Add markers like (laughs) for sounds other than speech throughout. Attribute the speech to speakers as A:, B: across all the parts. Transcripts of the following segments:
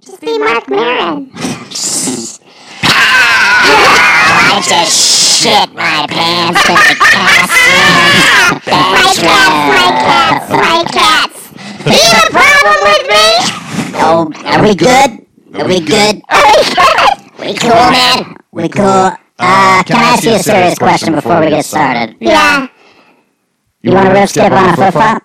A: Just be Mark Maron.
B: I just Ah! shit my pants in the classroom.
A: Like cats, like cats, like cats. Do you have a problem with me?
B: Oh, are we good? Are we good? We cool, man? We cool. Uh, can I ask you a serious question before we get started?
A: Yeah.
B: You want to rip skip on a flip flop?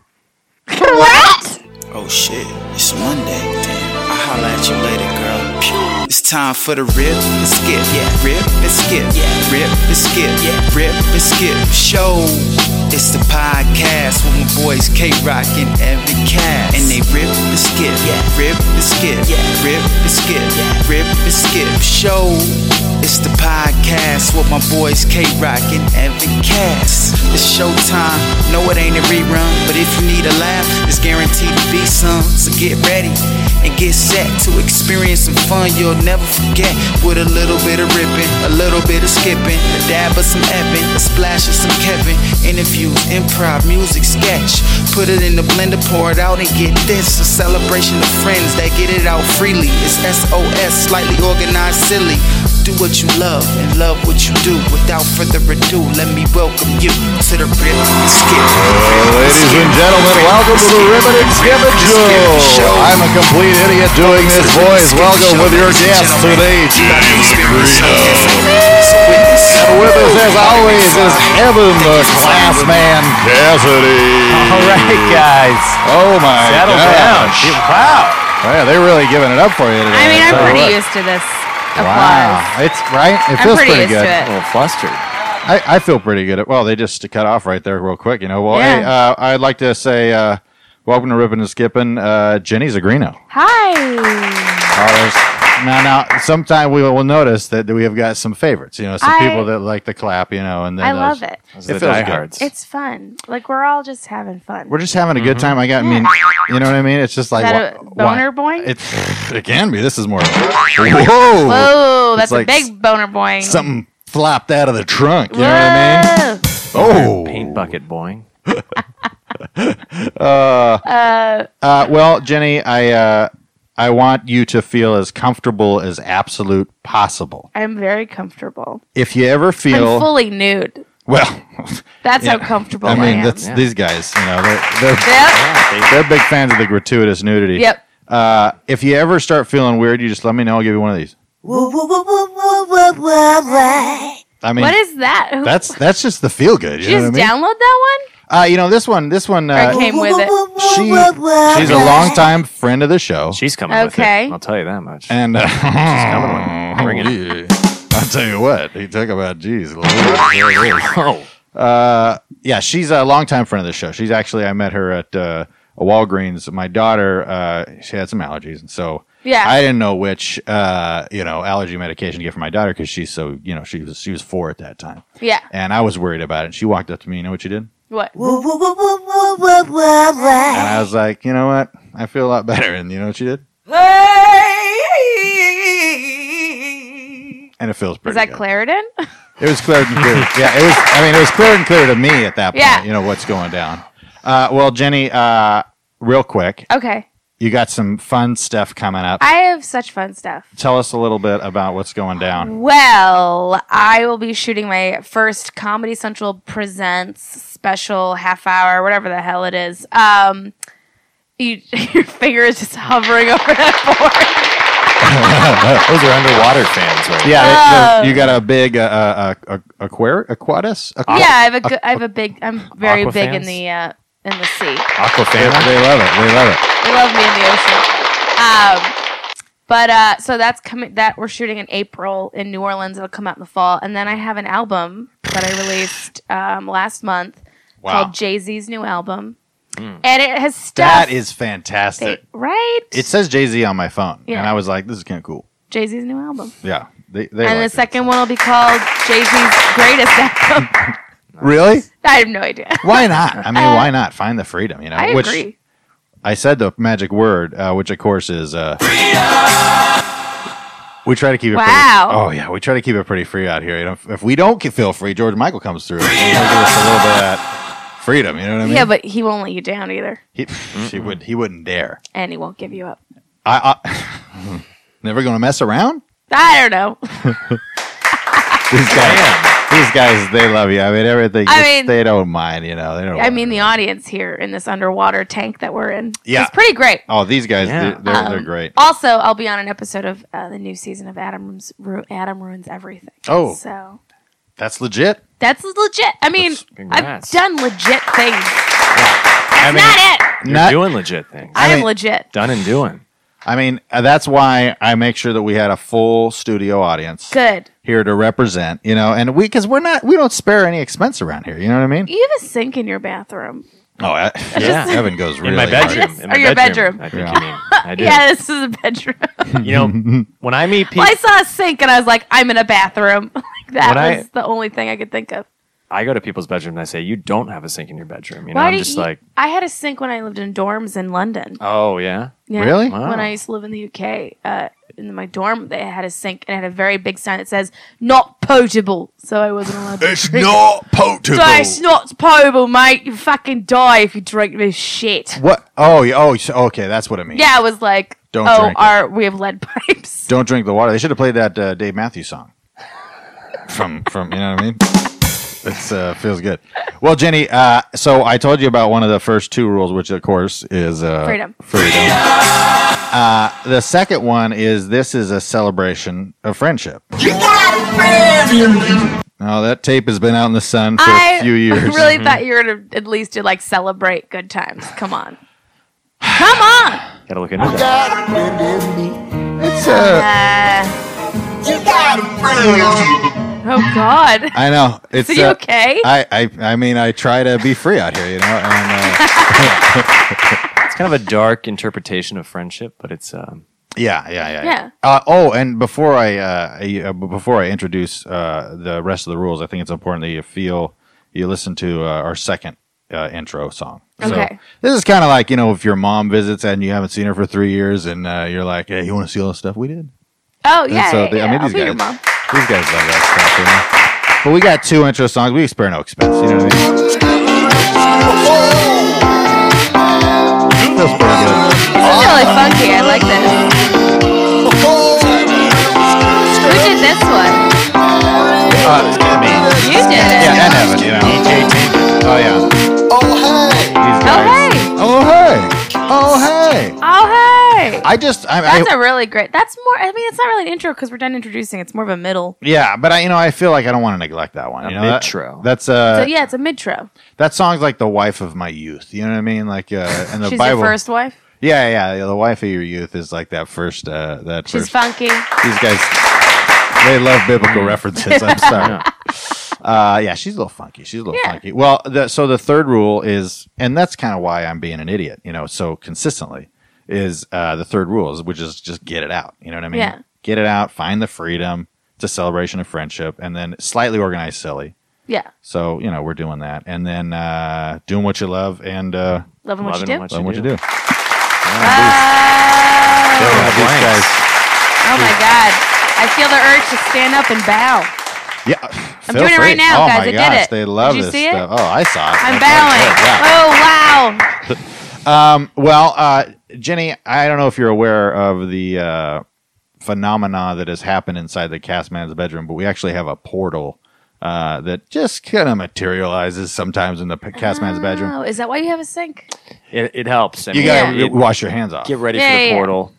A: (laughs) What?
C: Oh shit, it's Monday. Damn, I'll holla at you later, girl. Pew. It's time for the rip and skip, yeah. Rip and skip, yeah. Rip and skip, yeah. Rip and skip show. It's the podcast with my boys K Rock and Evan Cass. And they rip and skip, yeah. Rip and skip, yeah. Rip and skip, yeah. Rip and skip show. It's the podcast with my boys K Rock and Evan Cass. It's showtime. No, it ain't a rerun, but if you need a laugh, it's guaranteed to be some. So get ready and get set to experience some fun you'll never forget. With a little bit of ripping, a little bit of skipping, a dab of some ebbing, a splash of some Kevin. Interviews, improv, music, sketch. Put it in the blender, pour it out, and get this a celebration of friends that get it out freely. It's SOS, slightly organized, silly. Do what you love and love what you do. Without further ado, let me welcome you to the Rip and Skip.
D: Ladies and gentlemen, welcome to the Ribbon and Skibbon Show. I'm a complete idiot doing this, boys. Welcome with your guest today, James Greeno. And with us, as always, is Evan, the class man, Cassidy.
E: All right, guys.
D: Oh my
E: Settle down.
D: gosh.
E: Shit, Wow.
D: Man, they're really giving it up for you today.
F: I mean, I'm
D: Tell you
F: pretty
D: what.
F: used to this applause.
D: Wow, it's right. It
F: I'm
D: feels
F: pretty
D: pretty,
F: used
D: good.
F: to it. A
D: little flustered. I, I feel pretty good. At, well, they just cut off right there real quick, you know. Well, hey,
F: Yeah.
D: uh, I'd like to say uh, welcome to Ripping and Skipping, uh, Jenny Zagrino.
F: Hi.
D: Now, now, sometime we will notice that, that we have got some favorites. You know, some
F: I-
D: people that like the clap. You know, and then
F: I
D: those-
F: love it.
D: It
E: the
D: feels good.
E: diehards.
F: It's fun. Like we're all just having fun.
D: We're just having a good time. I got. I mean, you know what I mean? It's just like
F: that
D: wha-
F: a boner boing?
D: It's it (sighs) can be. This is more. Whoa!
F: Whoa,
D: It's
F: that's
D: like
F: a big boner boing.
D: Something flopped out of the trunk. You know what I mean?
F: Whoa.
D: Oh.
E: Paint bucket boing.
F: Uh,
D: (laughs) Uh, well, Jenny, I uh, I want you to feel as comfortable as absolute possible.
F: I'm very comfortable.
D: If you ever
F: I'm
D: feel
F: fully nude.
D: well,
F: That's
D: Yeah.
F: how comfortable
D: I
F: I,
D: mean,
F: am.
D: that's
E: Yeah.
D: these guys. You know, they're they're,
F: Yep.
D: they're big fans of the gratuitous nudity.
F: Yep.
D: Uh, if you ever start feeling weird, you just let me know. I'll give you one of these. I mean,
F: What is that? Who-
D: that's that's just the feel good. You
F: Did you
D: know
F: just
D: what I mean?
F: download that
D: Uh, you know this one. This one.
F: one? Or
D: Uh,
F: came with it?
D: she she's a longtime friend of the show.
E: She's coming with
F: Okay.
E: it. I'll tell you that much.
D: And uh, she's
E: coming with
D: (laughs)
E: it. Bring it.
D: I'll tell you what, he talk about geez.
E: (laughs)
D: Uh,
E: Oh,
D: yeah, she's a longtime friend of the show. She's actually I met her at uh, a Walgreens. My daughter, uh, she had some allergies, and so
F: Yeah.
D: I didn't know which uh, you know allergy medication to get for my daughter because she's so you know she was she was four at that time,
F: Yeah.
D: and I was worried about it. She walked up to me, you know what she did,
F: What?
D: and I was like, you know what, I feel a lot better, and you know what she did, and it feels pretty.
F: Is that
D: good.
F: Claritin? (laughs)
D: It was clear and clear. yeah, it was. I mean, it was clear and clear to me at that point.
F: Yeah.
D: You know what's going down. Uh, well, Jenny, uh, real quick,
F: okay.
D: you got some fun stuff coming up.
F: I have such fun stuff.
D: Tell us a little bit about what's going
F: (laughs)
D: down.
F: Well, I will be shooting my first Comedy Central Presents special half hour, whatever the hell it is. Um, you, (laughs) your finger is just hovering over that
E: those are underwater fans, right?
D: Yeah,
F: Oh.
D: they- they- you got a big uh, uh, uh, uh, aquar- Aquatus. Aqu-
F: board. yeah, I have a, good- I have a big. I'm very
E: Aqua
F: big in
E: fans?
F: the uh, in the sea.
D: They,
E: Aquafan.
D: they love it. They love it.
F: They love me in the ocean. Um, but uh, so that's coming. That we're shooting in April in New Orleans. It'll come out in the fall, and then I have an album that I released um, last month
D: Wow.
F: called Jay Z's new album, and it has stuff.
D: That is fantastic.
F: They- right?
D: it says Jay Z on my phone,
F: Yeah.
D: and I was like, "This is kind of cool."
F: Jay Z's new album.
D: Yeah. They, they like
F: and the
D: it.
F: second one will be called Jay Z's greatest album. (laughs)
D: Really?
F: I have no idea.
D: Why not? I
F: (laughs)
D: mean, why not find the freedom? You know,
F: Uh, I
D: which
F: agree.
D: I said the magic word, uh, which of course is uh, We try to keep it.
F: Wow.
D: Pretty, oh yeah, we try to keep it pretty free out here. You know, if, if we don't ke- feel free, George Michael comes through. and he'll give us a little bit of that freedom. You know what I mean?
F: yeah, but he won't let you down either,
D: he, she would. He wouldn't dare.
F: and he won't give you up.
D: I. (laughs) I Never going to mess around?
F: I don't know.
D: These guys, these guys, they love you. I mean, everything.
F: I
D: just-
F: mean-
D: they don't mind, you know. They
E: Oh,
D: don't.
F: I mean, the
D: mind.
F: audience here in this underwater tank that we're in
D: Yeah.
F: is pretty great.
D: oh, these guys,
E: Yeah.
D: they're, they're, they're
F: Um,
D: great.
F: Also, I'll be on an episode of uh, the new season of Adam's Ru- Adam ruins everything.
D: Oh.
F: so
D: That's legit.
F: that's legit. I mean,
E: That's-
F: I've
E: congrats.
F: done legit things. That's
D: I mean,
F: not it.
E: You're
D: Not-
E: doing legit things.
F: I, am
D: mean-
F: legit.
E: Done and doing.
D: I mean, uh, that's why I make sure that we had a full studio audience
F: Good.
D: here to represent, you know, and we because we're not we don't spare any expense around here. You know what I mean?
F: You have a sink in your bathroom.
D: Oh, (laughs) I, yeah.
E: Yeah.
D: Heaven goes really
E: in my
D: hard.
E: bedroom.
F: Yes,
E: In my
F: or your bedroom.
E: I think
D: Yeah.
E: you
D: (laughs)
E: mean.
F: (laughs)
E: I do.
F: Yeah, this is a
E: (laughs)
F: bedroom.
E: You know, when I meet people,
F: well, I saw a sink and I was like, I'm in a bathroom. (laughs) like that
E: When I-
F: was the only thing I could think of.
E: I go to people's bedroom and I say, "You don't have a sink in your bedroom." You know,
F: Why
E: I'm
F: do
E: just
F: you-
E: like,
F: I had a sink when I lived in dorms in London.
E: "Oh yeah."
F: Yeah.
D: Really?
E: Wow.
F: When I used to live in the UK, uh, in my dorm, they had a sink and it had a very big sign that says "not potable," so I wasn't allowed to. drink.
D: not potable.
F: So it's not potable, mate. You fucking die if you drink this shit.
D: What? Oh, yeah, oh, so- okay. That's what I mean.
F: Yeah, I was like,
D: Don't
F: oh,
D: drink it.
F: our, we have lead pipes.
D: Don't drink the water. They should have played that uh, Dave Matthews song. From from you know what I mean? It's uh, feels good. Well, Jenny, uh, so I told you about one of the first two rules, which of course is uh,
F: Freedom.
D: Freedom. Uh, the second one is this is a celebration of friendship. Now that tape has been out in the sun for
F: (laughs) I
D: a few years.
F: (laughs)
D: Mm-hmm.
F: really thought you were gonna at least do like celebrate good times. Come on, come on.
E: Gotta look into that.
D: It's, uh,
F: Uh,
A: You got a friend.
F: oh God.
D: I
F: (laughs)
D: know. It's
F: Are you
D: uh,
F: okay?
D: I, I I mean I try to be free out here, you know, and. Uh,
F: (laughs)
E: It's kind of a dark interpretation of friendship, but it's um,
D: Yeah, yeah, yeah.
F: Yeah.
D: Uh, oh, and before I uh, I- uh, b- before I introduce uh, the rest of the rules, I think it's important that you feel you listen to uh, our second uh, intro song.
F: Okay.
D: this is kind of like you know if your mom visits and you haven't seen her for three years, and uh, you're like, hey, you want to see all the stuff we did?
F: Oh yeah,
D: so
F: yeah,
D: they- I
F: yeah.
D: mean,
F: I'll
D: these
F: be your
D: guys-
F: mom.
D: These guys love that stuff. You know? But we got two intro songs. We spare no expense. You know what I mean? Feels pretty good.
F: This is really funky. I like this. Who did this one?
D: Uh,
F: You did it.
D: yeah, and Evan, you know. Oh yeah. These
F: Oh
D: guys.
F: hey!
D: Oh hey! Oh hey!
F: Oh hey!
D: I just I, I
F: That's a really great. That's more. I mean, it's not really an intro because we're done introducing. It's more of a middle.
D: yeah, but I you know I feel like I don't want to neglect that one.
E: A
D: You know, that-
E: mid-tro.
D: that's uh
F: So yeah, it's a midtro.
D: that song's like the wife of my youth. You know what I mean? Like uh in the
F: She's
D: Bible.
F: your first wife.
D: yeah, yeah, yeah, the wife of your youth is like that first uh that
F: She's
D: first
F: funky.
D: these guys they love biblical references. I'm sorry. Uh, yeah, she's a little funky. She's a little
F: Yeah.
D: funky. Well, the, so the third rule is, and that's kind of why I'm being an idiot, you know, so consistently is uh, the third rule is which is just get it out. You know what I mean?
F: Yeah.
D: Get it out. Find the freedom. It's a celebration of friendship, and then slightly organized, silly.
F: Yeah,
D: So you know we're doing that, and then uh, doing what you love and uh,
F: loving what
E: Loving
F: you do.
E: what
D: loving what you do.
F: Oh,
D: Yeah, these
E: blanks.
D: guys-
F: oh my God! I feel the urge to stand up and bow.
D: yeah,
F: I'm
D: feel
F: doing it
D: free.
F: right now,
D: oh
F: guys.
D: My
F: I did
D: gosh,
F: it.
D: They
F: Did
D: love
F: you
D: this
F: see it?
D: stuff. Oh, I saw it.
F: I'm
D: That's good. Yeah.
F: bowing. Oh wow!
D: Um, well, uh, Jenny, I don't know if you're aware of the uh, phenomena that has happened inside the cast man's bedroom, but we actually have a portal uh, that just kind of materializes sometimes in the p- cast man's bedroom.
F: Oh, is that why you have a sink?
E: it, it helps. I
D: You
E: mean,
D: gotta
E: it-
D: wash your hands off.
E: get ready
F: Yeah,
E: for
F: yeah,
E: the
F: yeah.
E: portal.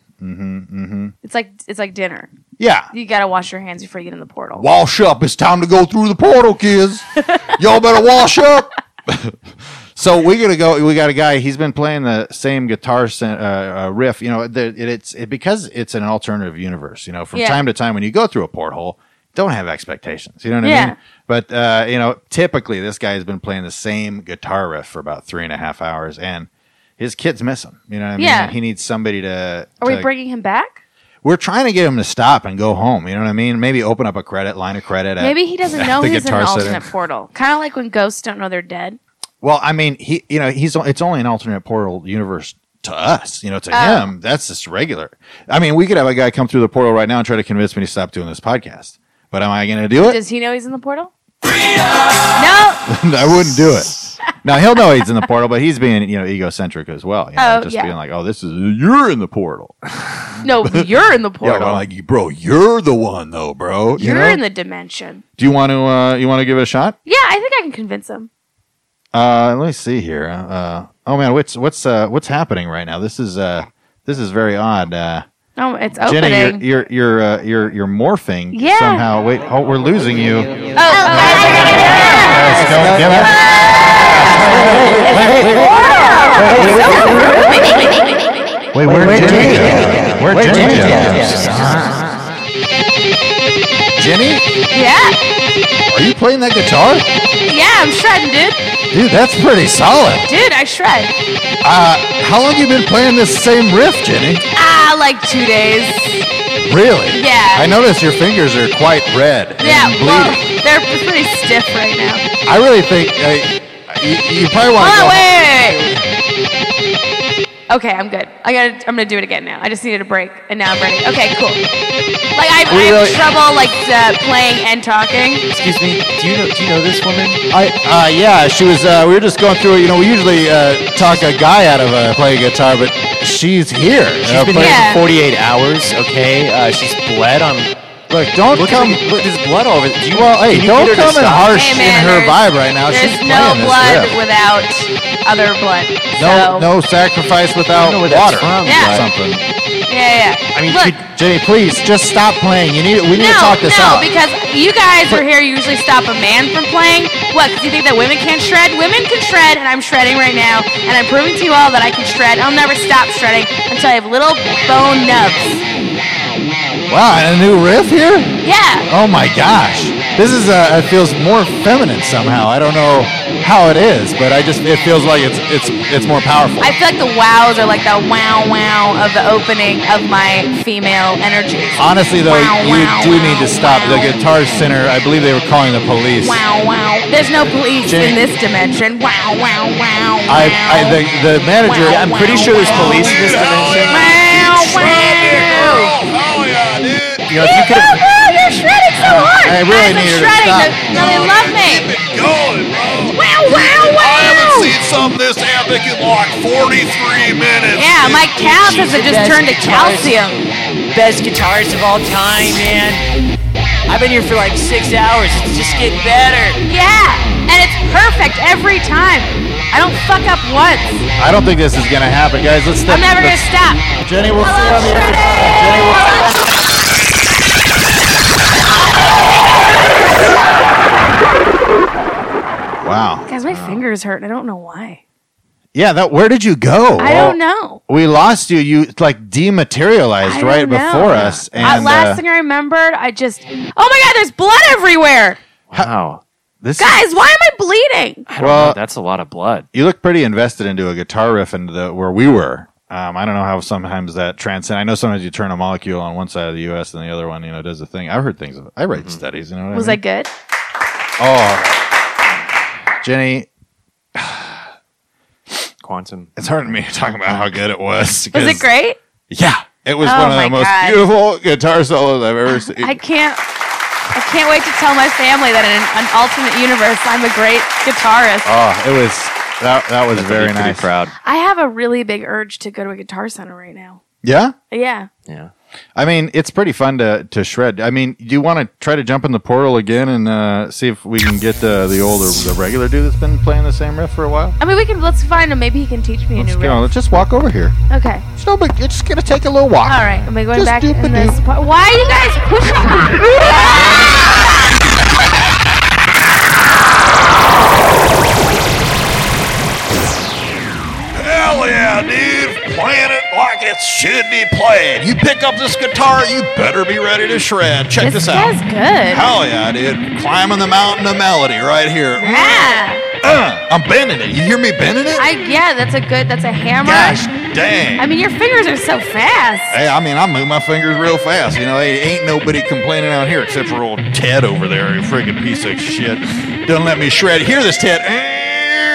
F: It's like it's like dinner.
D: Mm-hmm, yeah.
F: You gotta wash your hands before you get in the portal.
D: Wash up. It's time to go through the portal, kids. Y'all better wash up. (laughs) so we're gonna go. We got a guy. He's been playing the same guitar sen- uh, uh, riff. You know, the, it, it's it, because it's an alternative universe. You know, from
F: Yeah.
D: time to time when you go through a porthole, don't have expectations. You know what I
F: Yeah.
D: mean? But uh, you know, typically this guy has been playing the same guitar riff for about three and a half hours, and his kids miss him. You know what I mean?
F: Yeah.
D: He needs somebody to.
F: (laughs) Are we
D: to-
F: bringing him back?
D: we're trying to get him to stop and go home. You know what I mean? Maybe open up a credit line of credit. at-
F: Maybe he
D: (laughs)
F: doesn't
D: at
F: know
D: the
F: he's in
D: guitar
F: an
D: center.
F: alternate portal. Kind of like when ghosts don't know they're dead.
D: Well, I mean, he, you know, he's o- it's only an alternate portal universe to us. You know, to
F: Oh.
D: him, that's just regular. I mean, we could have a guy come through the portal right now and try to convince me to stop doing this podcast. But am I going to do it? (laughs)
F: Does he know he's in the portal? no. (laughs)
D: I wouldn't do it. Now he'll know he's in the portal, but he's being you know egocentric as well. You know,
F: Oh,
D: just
F: yeah.
D: being like, oh, this is you're in the portal.
F: No, you're in the
D: (laughs) Yeah,
F: portal.
D: but I'm like, bro, you're the one though, bro. You
F: you're
D: know?
F: in the dimension.
D: Do you want to uh, you want to give it a shot?
F: Yeah, I think I can convince him.
D: Uh, let me see here. Uh, oh man, what's what's uh, what's happening right now? This is uh, this is very odd. Uh,
F: Oh, it's
D: Jenny,
F: opening.
D: you're you're you're, uh, you're you're morphing
F: Yeah.
D: somehow. Wait, oh, we're losing you.
F: oh, oh,
D: Yes, don't give up. Wait, where'd Jenny go? Where'd Jenny go? Jenny,
F: yeah,
D: are you playing that guitar?
F: yeah, I'm shredding, dude.
D: Dude, that's pretty solid.
F: Dude, I shred.
D: Uh, how long you been playing this same riff, Jenny?
F: Ah, like two days.
D: Really?
F: Yeah.
D: I notice your fingers are quite red. and
F: Yeah,
D: bleeding.
F: well, they're pretty stiff right now.
D: I really think uh, you, you probably want to
F: Hold
D: go.
F: on, wait, wait, wait. Okay, I'm good. I gotta, I'm gonna do it again now. I just needed a break, and now I'm ready. Okay, cool. Like I, I
D: We
F: have
D: really-
F: trouble like uh, playing and talking.
E: Excuse me. Do you know? Do you know this woman?
D: I, uh, yeah, she was. Uh, we were just going through. You know, we usually uh, talk a guy out of uh, playing guitar, but she's here.
E: She's
D: Uh,
E: been
D: play-
E: here
F: Yeah.
E: for 48 hours. Okay. Uh, she's bled on.
D: Look, don't
E: Look
D: come.
E: at the, look, there's blood all over. Do you,
D: well,
E: can
D: hey,
E: you
D: don't
E: get her to
D: come in
E: stop?
D: harsh
F: Hey,
D: in
F: man,
D: her
F: there's-
D: vibe right now. She's
F: There's
D: playing
F: no
D: this
F: blood
D: riff.
F: without other blood.
D: No,
F: so,
D: no sacrifice without
E: know where that's
D: water.
E: from,
F: Yeah.
D: or Something.
F: Yeah, yeah.
E: I mean,
F: Look,
E: could-
D: Jenny, please just stop playing. You need. We need
F: no,
D: to talk this
F: no,
D: out.
F: because you guys are here. You usually stop a man from playing. What? 'cause you think that women can't shred? Women can shred, and I'm shredding right now, and I'm proving to you all that I can shred. I'll never stop shredding until I have little bone nubs.
D: wow, and a new riff here.
F: Yeah.
D: Oh my gosh. This is uh, it feels more feminine somehow. I don't know how it is, but I just it feels like it's it's it's more powerful.
F: I feel like the wows are like the wow wow of the opening of my female energies.
D: Honestly though,
F: Wow,
D: you
F: wow,
D: do
F: wow,
D: need to stop the
F: wow.
D: guitar center. I believe they were calling the police.
F: Wow wow. There's no police
D: Jenny-
F: in this dimension. Wow wow wow.
D: I, I the, the manager
E: Yeah, I'm pretty sure there's police in this
D: Oh,
E: dimension.
F: Wow wow.
D: you know, if you could
F: Bro, you're shredding so hard.
D: I really
F: Guys, I'm
D: need her to
F: shredding.
D: stop.
F: No, no, they love me.
G: Going, bro.
F: Wow, wow,
G: I haven't
F: wow.
G: seen something this epic in like 43 minutes.
F: Yeah, my calves have just
H: That's
F: turned to
H: guitarist.
F: calcium.
H: Best guitarist of all time, man. I've been here for like six hours. It's just getting better.
F: Yeah, and it's perfect every time. I don't fuck up once.
D: I don't think this is gonna happen, guys. Let's step
F: I'm never gonna
D: let's-
F: stop.
D: Jenny, we'll see you on the other side. Wow.
F: Guys, my fingers hurt, and I don't know why.
D: Yeah, that where did you go?
F: I don't know.
D: we lost you. You like dematerialized
F: I
D: right
F: don't know.
D: before us, and
F: Uh, last
D: uh,
F: thing I remembered, I just. Oh my god, there's blood everywhere.
E: Wow. This
F: Guys, why am I bleeding?
E: I don't
D: well-
E: know, that's a lot of blood.
D: you look pretty invested into a guitar riff and the where we were. Um, I don't know how sometimes that transcends. I know sometimes you turn a molecule on one side of the U.S. and the other one, you know, does the thing. I've heard things. Of, I
E: Mm-hmm.
D: write studies. You know what
F: Was
D: I
F: I
D: mean?
F: good?
D: oh, Jenny,
E: Quantum.
D: it's hard for me to talk about how good it was.
F: Was
D: 'cause-
F: it great?
D: Yeah, it was
F: Oh
D: one of
F: my
D: the most
F: God.
D: beautiful guitar solos I've ever seen.
F: I can't. I can't wait to tell my family that in an, an alternate universe, I'm a great guitarist.
D: oh, it was that. That was
E: I'd
D: very
E: be pretty
D: nice.
E: Proud.
F: I have a really big urge to go to a guitar center right now.
D: Yeah.
F: Yeah.
E: Yeah.
D: I mean, it's pretty fun to, to shred. I mean, do you want to try to jump in the portal again and uh, see if we can get uh, the older, the regular dude that's been playing the same riff for a while?
F: I mean, we can. Let's find him. Maybe he can teach me a
D: Let's,
F: new
D: go.
F: riff.
D: Let's just walk over here.
F: Okay.
D: It's no big. It's just gonna take a little walk.
F: All right. Am I going
D: Just
F: back
D: doop a
F: in this?
D: doop.
F: Part? Why are you guys (laughs) pushing? me?
G: Hell yeah, dude. Playing it like it should be played. You pick up this guitar, you better be ready to shred. Check
F: this
G: this out.
F: guy's good.
G: Hell yeah, dude. Climbing the mountain of melody right here.
F: Yeah.
G: Uh, I'm bending it. You hear me bending it?
F: I yeah. That's a good. That's a hammer.
G: Gosh dang.
F: I mean, your fingers are so fast.
G: Hey, I mean, I move my fingers real fast. You know, hey, ain't nobody complaining out here except for old Ted over there, you friggin' piece of shit. Doesn't let me shred. Hear this, Ted.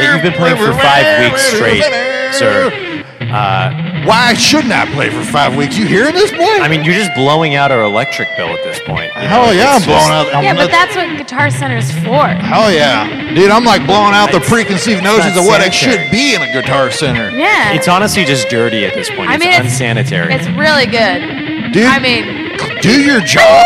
E: you've been playing for five weeks straight, sir. Uh,
D: Why shouldn't I play for five weeks? You hearing this, boy?
E: I mean, you're just blowing out our electric bill at this point. you know?
D: hell yeah, I'm
E: It's
D: blowing
E: just-
D: out. I'm
F: yeah,
D: not-
F: but that's what Guitar Center's for.
D: Hell yeah, dude! I'm like blowing out the
E: It's-
D: preconceived
E: it's
D: notions
E: not
D: of what it
E: sanitary.
D: should be in a guitar center,
F: Yeah.
E: It's honestly just dirty at this point.
F: I mean,
E: it's
F: it's-
E: unsanitary.
F: It's really good.
D: dude.
F: I mean,
D: do
F: (laughs)
D: your job.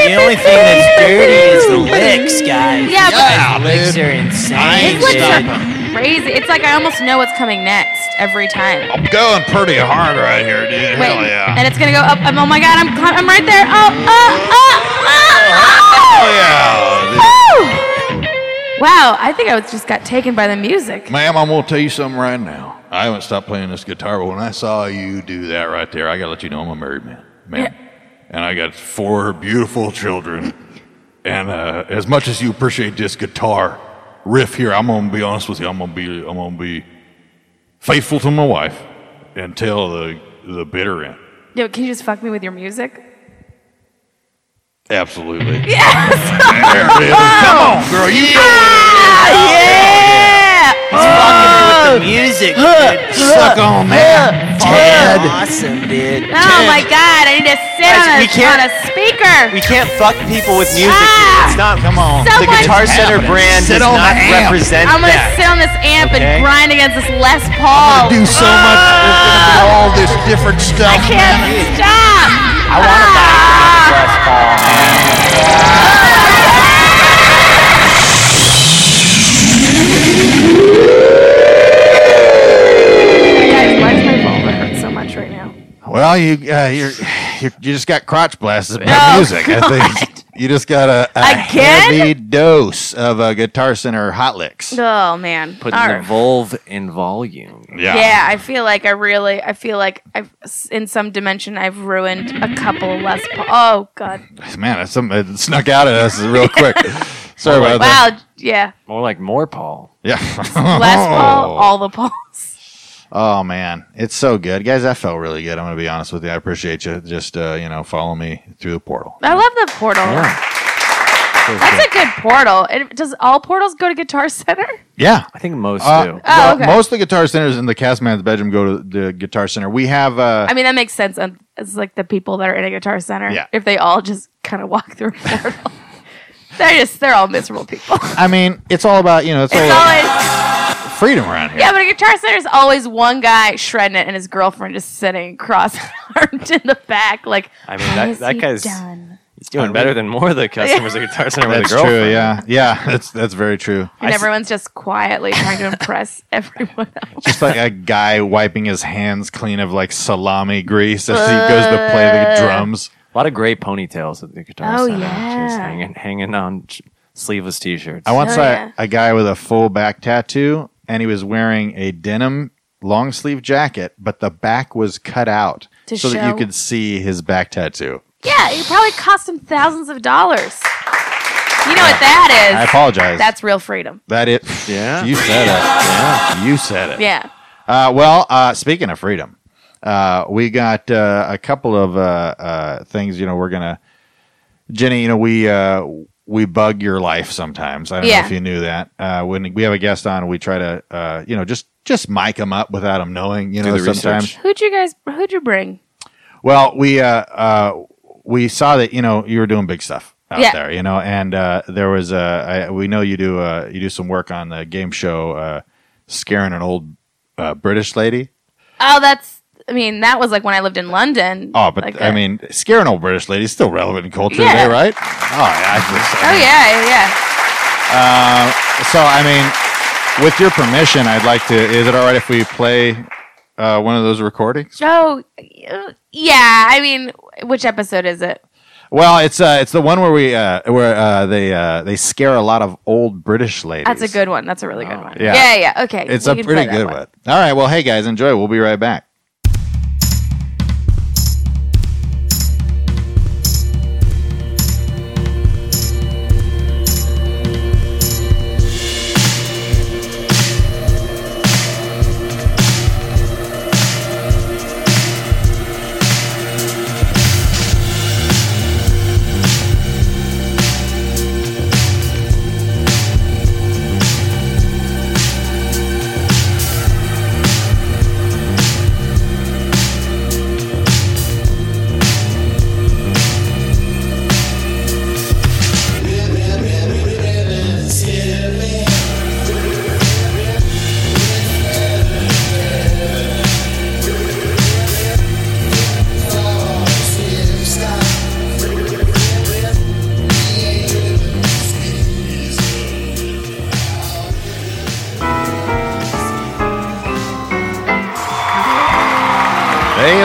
A: The only thing that's dirty is the licks, guys.
F: yeah,
D: Yeah,
A: The licks
D: dude.
A: are insane.
D: I ain't
F: but it's
D: stopping.
F: like crazy. It's like I almost know what's coming next every time.
D: I'm going pretty hard right here, dude. Hell yeah.
F: and it's gonna go up. I'm, oh my god, I'm cl- I'm right there. Oh, oh, oh,
D: Hell
F: oh,
D: yeah. dude.
F: oh, oh. Wow, I think I was just got taken by the music.
D: Ma'am, I'm gonna tell you something right now. I haven't stopped playing this guitar, but when I saw you do that right there, I gotta let you know I'm a married man, ma'am, and I got four beautiful children. And uh, as much as you appreciate this guitar riff here, I'm gonna be honest with you. I'm gonna be I'm gonna be faithful to my wife until the the bitter end.
F: Yo, can you just fuck me with your music? (laughs)
D: Absolutely.
F: Yes.
D: There it is. Come
A: (laughs)
D: on, girl. You
F: Ah,
A: Fucking
F: Oh.
A: with the music, dude.
D: suck on that.
A: Ted. Awesome, dude.
F: Oh my god, I need to sit
A: Guys,
F: on a,
A: we can't-
F: on a speaker.
A: We can't fuck people with music.
F: Ah!
A: dude. It's not. Come on. The
F: Someone-
A: Guitar Center brand
D: Sit
A: does
D: on the
A: not
D: amp.
A: represent
F: I'm gonna
A: that.
F: sit on this amp
A: Okay.
F: and grind against this Les Paul. Ah.
D: Do so much with all this different stuff.
F: I can't stop. I
A: wanna buy Bless Paul.
F: Guys, why does my vulva hurt so much right now?
D: Well, you uh, you're, you're you just got crotch blasted by
F: Oh,
D: music. I think you just got a, a
F: Again?
D: heavy dose of a Guitar Center hot licks.
F: Oh man.
E: Putting
F: Arf.
E: the Volve in volume.
F: Yeah, I feel like I really, I feel like I've, in some dimension, I've ruined a couple of Les Paul. Oh God!
D: man, that's something that snuck out at us
E: (laughs)
D: real
F: (laughs)
D: quick. Sorry about that.
F: Wow, yeah,
E: More like more Paul.
D: Yeah.
F: Les
D: (laughs)
F: Paul, all the Pauls.
D: Oh man, it's so good, guys. I felt really good. I'm gonna be honest with you. I appreciate you. Just uh, you know, follow me through the portal.
F: I love the portal. That's a good portal. It, does all portals go to Guitar Center?
D: Yeah.
E: I think most
D: Uh,
E: do.
F: Oh,
D: well,
F: okay.
D: Most of the guitar centers in the cast man's bedroom go to the guitar center. We have uh,
F: I mean, that makes sense. um, It's like the people that are in a Guitar Center.
D: Yeah.
F: If they all just kind of walk through a portal, (laughs) they're just they're all miserable people.
D: I mean, it's all about you know, it's, all
F: It's
D: about
F: always.
D: freedom around here.
F: Yeah, but a guitar center is always one guy shredding it and his girlfriend just sitting (laughs) cross-armed in the back, like.
E: I mean,
F: "How
E: that-
F: is
E: that
F: he
E: guy's-
F: done?
E: It's doing better than more of the customers at Guitar Center with a
D: That's
E: girlfriend.
D: true. Yeah, yeah. (laughs) That's that's very true.
E: I
F: And
E: s-
F: everyone's just quietly trying to impress everyone else.
D: Just like a guy wiping his hands clean of like salami grease as he goes to play
F: Uh.
D: the drums.
E: A lot of gray ponytails at the Guitar
F: Oh,
E: Center.
F: yeah.
E: Just hanging, hanging on ch- sleeveless t-shirts.
D: I once
F: Oh,
D: saw
F: yeah.
D: a guy with a full back tattoo, and he was wearing a denim long sleeve jacket, but the back was cut out
F: To
D: so that you
F: show?
D: could see his back tattoo.
F: Yeah, it probably cost him thousands of dollars. You know what that is?
D: I apologize.
F: That's real freedom.
D: that it.
E: Yeah.
D: you said it. Yeah, you said it.
F: Yeah.
D: Uh, well, uh, speaking of freedom, uh, we got uh, a couple of uh, uh, things. You know, we're gonna Jenny. You know, we uh, we bug your life sometimes. I don't know
F: Yeah.
D: if you knew that. Uh, when we have a guest on, we try to uh, you know just just mic them up without them knowing. You
E: Do
D: know,
E: the research.
D: sometimes.
F: Who'd you guys? Who'd you bring?
D: Well, we uh, uh, we saw that you know you were doing big stuff out
F: Yeah.
D: there, you know, and uh, there was uh, I, we know you do uh, you do some work on the game show, uh, scaring an old uh, British lady.
F: Oh, that's. I mean, that was like when I lived in London.
D: Oh, but
F: Like
D: I
F: a-
D: mean, scaring old British lady is still relevant in culture
F: Yeah.
D: today, right? Oh, yeah. I just-
F: Oh yeah, yeah.
D: So, I mean, with your permission, I'd like to. Is it all right if we play uh, one of those recordings?
F: Oh, yeah. I mean, which episode is it?
D: Well, it's uh, it's the one where we uh, where uh, they uh, they scare a lot of old British ladies.
F: That's a good one. That's a really good one.
D: Oh, yeah.
F: Yeah, yeah. Okay.
D: It's
F: we
D: a
F: can play
D: pretty
F: that
D: good one. All right. Well, hey guys, enjoy. We'll be right back.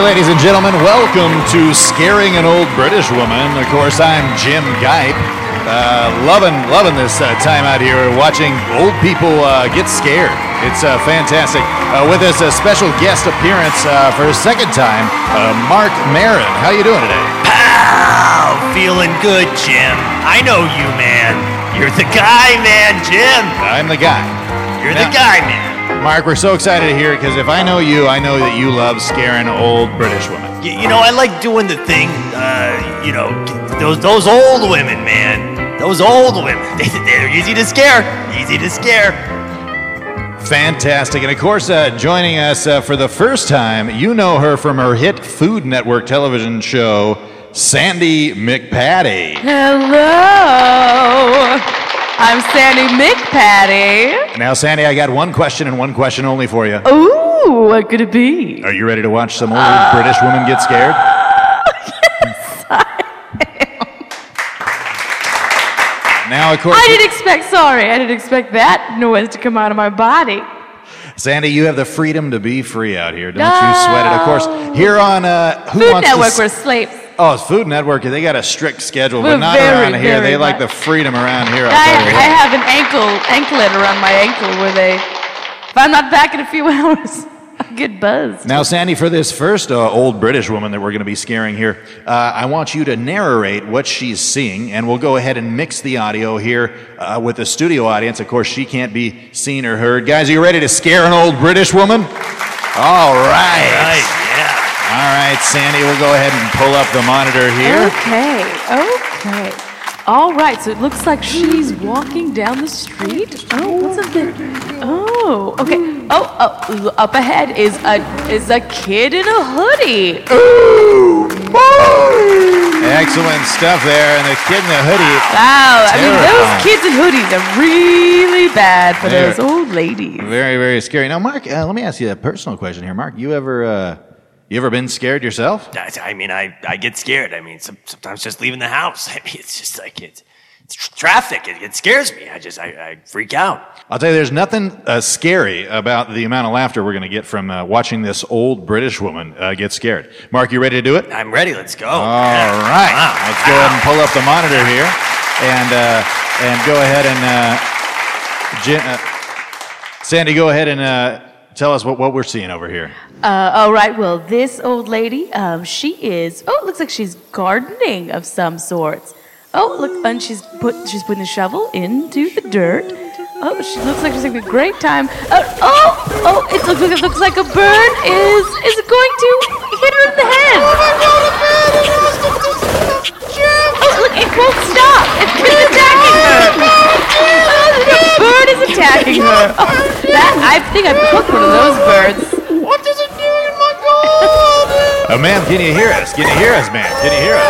D: ladies and gentlemen. Welcome to Scaring an Old British Woman. Of course, I'm Jim Guype. Uh, loving, loving this uh, time out here watching old people uh, get scared. It's uh, fantastic. Uh, with us, a special guest appearance uh, for a second time, uh, Mark Marin. How you doing today?
I: Wow, feeling good, Jim. I know you, man. You're the guy, man, Jim.
D: I'm the guy.
I: You're
D: Yeah.
I: the guy, man.
D: Mark, we're so excited to hear it because if I know you, I know that you love scaring old British women.
I: You, you know, I like doing the thing. Uh, you know, those those old women, man. Those old women. (laughs) They, they're easy to scare. Easy to scare.
D: Fantastic. And of course, uh, joining us uh, for the first time, you know her from her hit Food Network television show, Sandy McPatty.
F: Hello. I'm Sandy McPatty.
D: Now, Sandy, I got one question and one question only for you.
F: Ooh, what could it be?
D: Are you ready to watch some old
F: Uh,
D: British women get
F: (laughs)
D: scared? Now, of course,
F: I didn't expect, sorry, I didn't expect that noise to come out of my body.
D: Sandy, you have the freedom to be free out here. Don't you sweat it. Of course, here on uh, Who
F: Food
D: Wants
F: Network,
D: to
F: we're slaves.
D: Oh, it's Food Network. They got a strict schedule,
F: We're
D: but not
F: very,
D: around here.
F: very
D: They like the
F: much-
D: freedom around here. I'll
F: I,
D: tell you
F: I
D: what.
F: have an ankle, anklet around my ankle where they, if I'm not back in a few (laughs) hours, I get buzzed.
D: Now, Sandy, for this first uh, old British woman that we're going to be scaring here, uh, I want you to narrate what she's seeing, and we'll go ahead and mix the audio here uh, with the studio audience. Of course, she can't be seen or heard. Guys, are you ready to scare an old British woman? All
I: Right.
D: right.
I: Yeah.
D: All right, Sandy, we'll go ahead and pull up the monitor here.
F: Okay, okay. All right, so it looks like she's walking down the street. Oh, what's up there? Oh, okay. Oh, uh, up ahead is a is a kid in a hoodie.
D: Excellent stuff there. And the kid in the hoodie
F: Wow, I mean those
D: Terrifying.
F: kids in hoodies are really bad for
D: They're-
F: those old ladies.
D: Very, very scary. Now, Mark, uh, let me ask you a personal question here. Mark, you ever, uh, you ever been scared yourself?
I: That's- I mean, I, I get scared. I mean, some, sometimes just leaving the house. (laughs) I mean, it's just like it's, it's tr- traffic. It, it scares me. I just I, I freak out.
D: I'll tell you, there's nothing uh, scary about the amount of laughter we're going to get from uh, watching this old British woman uh, get scared. Mark, you ready to do it?
I: I'm ready. Let's go.
D: All right. Let's go ahead and pull up the monitor here, and uh, and go ahead and uh, Jen, uh, Sandy, go ahead and uh, tell us what, what we're seeing over here.
F: Uh, all right, well, this old lady, um, she is. Oh, it looks like she's gardening of some sorts. Oh, look, and she's put she's putting the shovel into the dirt. Oh, she looks like she's having a great time. Oh, oh, oh it looks like it looks like a bird is is going to hit her in the head. Oh, look, it won't stop. It keeps attacking her. Oh, the bird is attacking her. Oh, that I think I cooked one of those birds. Oh,
D: Uh, ma'am, can you hear us? Can you hear us, ma'am? Can you hear us?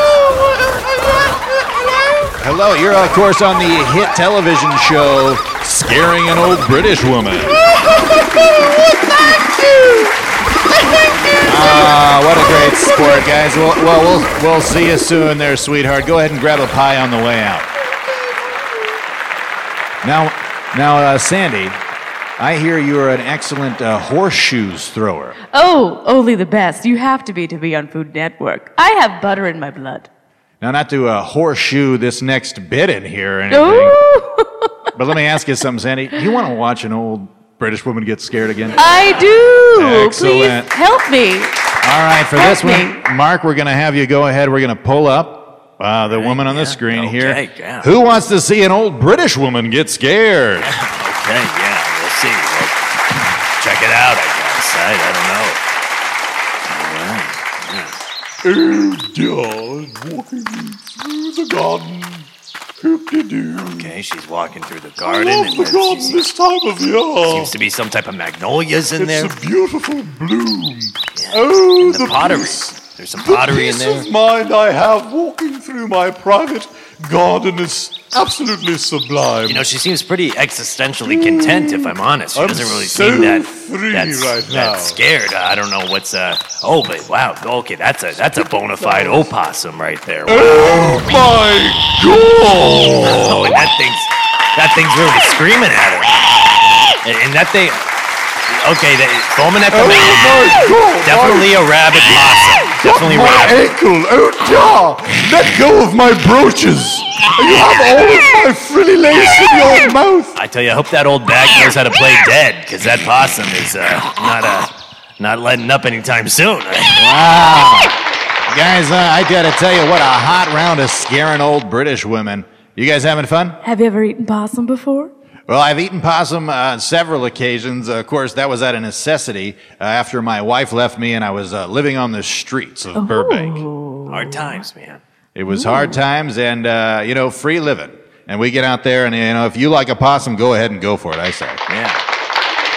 D: Hello, you're of course on the hit television show Scaring an Old British Woman. Ah, what a great sport, guys. Well, well, we'll we'll see you soon, there, sweetheart. Go ahead and grab a pie on the way out. Now, now, uh, Sandy, I hear you are an excellent uh, horseshoes thrower.
F: Oh, only the best. You have to be to be on Food Network. I have butter in my blood.
D: Now, not to uh, horseshoe this next bit in here or anything,
F: Oh,
D: but let me ask you something, Sandy. You want to watch an old British woman get scared again?
I: Uh,
F: I do.
D: Excellent.
F: Please help me.
D: All right, for this
F: Help
D: one, Mark, we're going to have you go ahead. We're going to pull up uh, the woman on the
I: yeah,
D: screen
I: okay,
D: here.
I: yeah.
D: Who wants to see an old British woman
I: (laughs)
D: get scared?
I: Okay, yeah, we'll see. We'll check it out, I guess. I, I don't know. All right. Okay, she's walking through the garden. I love the garden this time of year. Seems to be some type of magnolias in there. It's a beautiful bloom. Oh, the, pottery. There's some pottery in there.
J: mind I have walking through my private garden is absolutely sublime.
I: You know, she seems pretty existentially content, if I'm honest. She
J: I'm
I: doesn't really
J: so
I: seem that
J: free
I: that's,
J: right now.
I: that scared. I don't know what's uh. Oh, but wow. Okay, that's a that's a bona fide opossum right there.
J: oh my god!
I: Oh, and that thing's that thing's really screaming at her. And, and that thing. Okay, that, foaming at the
J: Oh
I: mouth.
J: my God,
I: Definitely a rabbit possum. Definitely
J: my
I: rabbit.
J: ankle! Oh, ja! Let go of my brooches! You have all of my frilly lace in your mouth!
I: I tell you, I hope that old bag knows how to play dead, because that possum is uh, not uh, not letting up anytime soon.
D: Wow. Guys, uh, I gotta tell you, what a hot round of scaring old British women. You guys having fun?
F: Have you ever eaten possum before?
D: Well, I've eaten possum uh, on several occasions. of course, that was out of necessity uh, after my wife left me and I was uh, living on the streets
F: Oh.
D: of Burbank.
I: Hard times, man.
D: It was hard times and, uh, you know, free living. And we get out there and, you know, if you like a possum, go ahead and go for it, I say.
I: Yeah.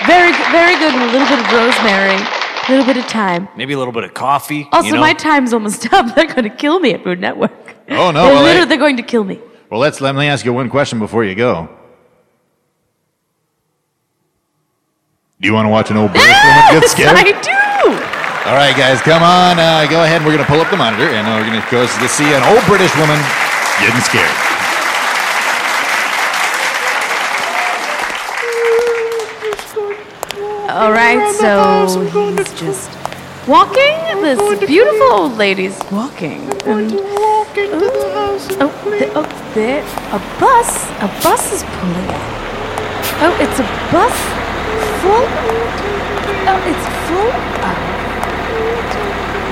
F: Very, g- very good. with A little bit of rosemary, a little bit of thyme.
I: Maybe a little bit of coffee.
F: Also,
I: you know?
F: my time's almost (laughs) up. They're going to kill me at Food Network.
D: Oh, no.
F: they're,
D: Well,
F: literally,
D: hey,
F: they're going to kill me.
D: well let's, let me ask you one question before you go. Do you want to watch an
F: (laughs)
D: old British woman get scared?
F: I do.
D: All right, guys, come on. Uh, go ahead. We're going to pull up the monitor, and uh, we're going to go to see an old British woman getting scared.
F: All right, so he's just walking. This beautiful old lady's walking. and- oh, th- oh, there, a bus. A bus is pulling up. Oh, it's a bus full. Oh, it's full of.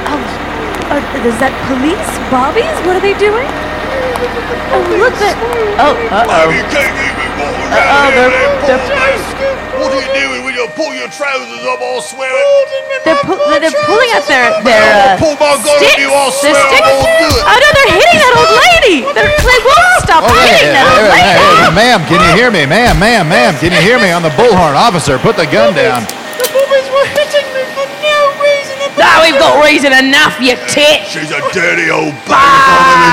F: Oh, oh, is that police? Bobbies? What are they doing? Oh, look at. Oh, uh-oh. Uh-oh, they're- they're-
J: What are you doing when you pull your trousers up? I'll swear it.
F: They're, pu- they're, they're pulling at their their uh,
J: Pull my gun on
F: sticks.
J: you, I'll
F: Their
J: swear I
F: sticks.
J: won't do it.
F: Oh no, they're hitting that old lady. They're, they won't stop
D: Oh, hey,
F: hitting
D: hey,
F: that
D: hey,
F: old lady.
D: hey, hey, ma'am, can you hear me? Ma'am, ma'am, ma'am, can you hear me? On the bullhorn, officer, put the gun down.
A: The boobies were hitting me for no reason at
F: Now we've got reason enough, you tit.
J: She's a dirty old bag. I'm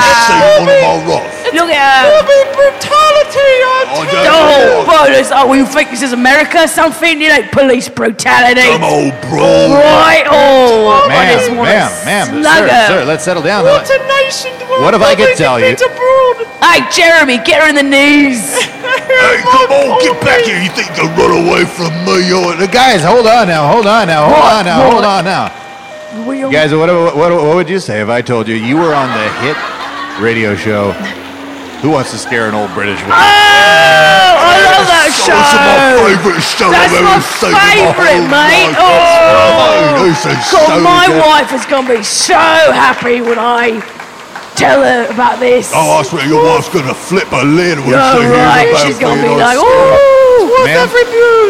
J: going to shake one of my rods.
F: Look at her.
A: Booby brutality, I
J: I
A: tell
F: Oh,
J: don't know.
F: bonus. Oh, you think this is America or something? You like police brutality.
J: Some old bro.
F: Right, oh, I just
D: Ma'am,
F: want
D: ma'am, ma'am,
F: slug her.
D: sir, sir, letlet's settle down.
A: What a nation
D: What if I could tell you?
F: Hey, Jeremy, get her in the knees.
J: Hey, come on, get back here. You think you can run away from me? You're
D: The guys, hold on now, hold on now, hold on now, hold on now.
F: Will-
D: Guys, what, what, what, what would you say if I told you you were on the hit radio show? Who wants to scare an old British woman?
F: Oh, I love that show.
J: my favorite show
F: That's
J: I've
F: my
J: ever seen. in my whole
F: favourite, mate.
J: life.
F: Oh,
J: That's right. This is so
F: God, my
J: good.
F: wife is going to be so happy when I tell her about this.
J: Oh, I swear your wife's gonna flip her lid when she
F: All
J: hears
F: right,
J: about
F: she's going to be
J: being
F: like, "Oh,
J: on-
F: ooh.
D: Ma'am?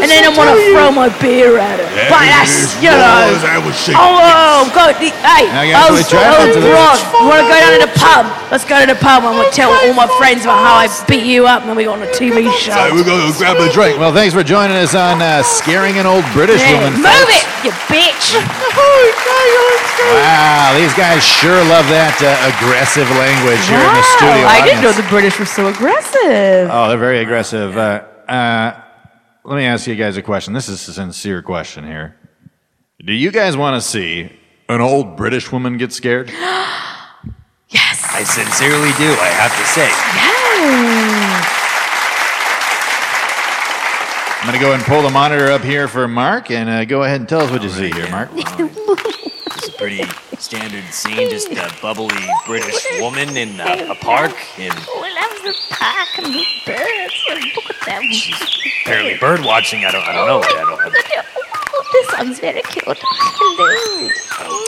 F: And then I'm going to throw my beer at her.
J: That
F: but
J: is
F: that's, you
J: wise,
F: know.
J: that was she.
F: Oh, oh, God. the- Hey,
D: Now you gotta
F: oh,
D: put your drive
F: oh,
D: into this.
F: Rod, you want to go down to the pub? Let's go to the pub. I'm going to tell all my friends about how I beat you up and then we go on a TV
J: Hey,
F: show.
J: we're gonna grab a drink.
D: Drink. Well, thanks for joining us on uh, Scaring an Old British
F: Yeah,
D: Woman.
F: move it, you (laughs) bitch.
D: Wow, these guys sure love that uh, aggressive language here in the
F: Wow,
D: studio.
F: I didn't know
D: audience.
F: the British were so aggressive.
D: Oh, they're very aggressive. Uh, uh, let me ask you guys a question. This is a sincere question here. Do you guys want to see an old British woman get scared?
F: (gasps) yes.
I: I sincerely do, I have to say.
D: I'm going to go and pull the monitor up here for Mark and uh, go ahead and tell us what you see here, Mark.
I: It's a pretty standard scene, just a bubbly British woman in a, a park, and
A: I love the park and the birds and look at them.
I: she's apparently bird watching. I don't, I don't know. I don't,
A: Look at them. Oh, this one's very cute. Hello.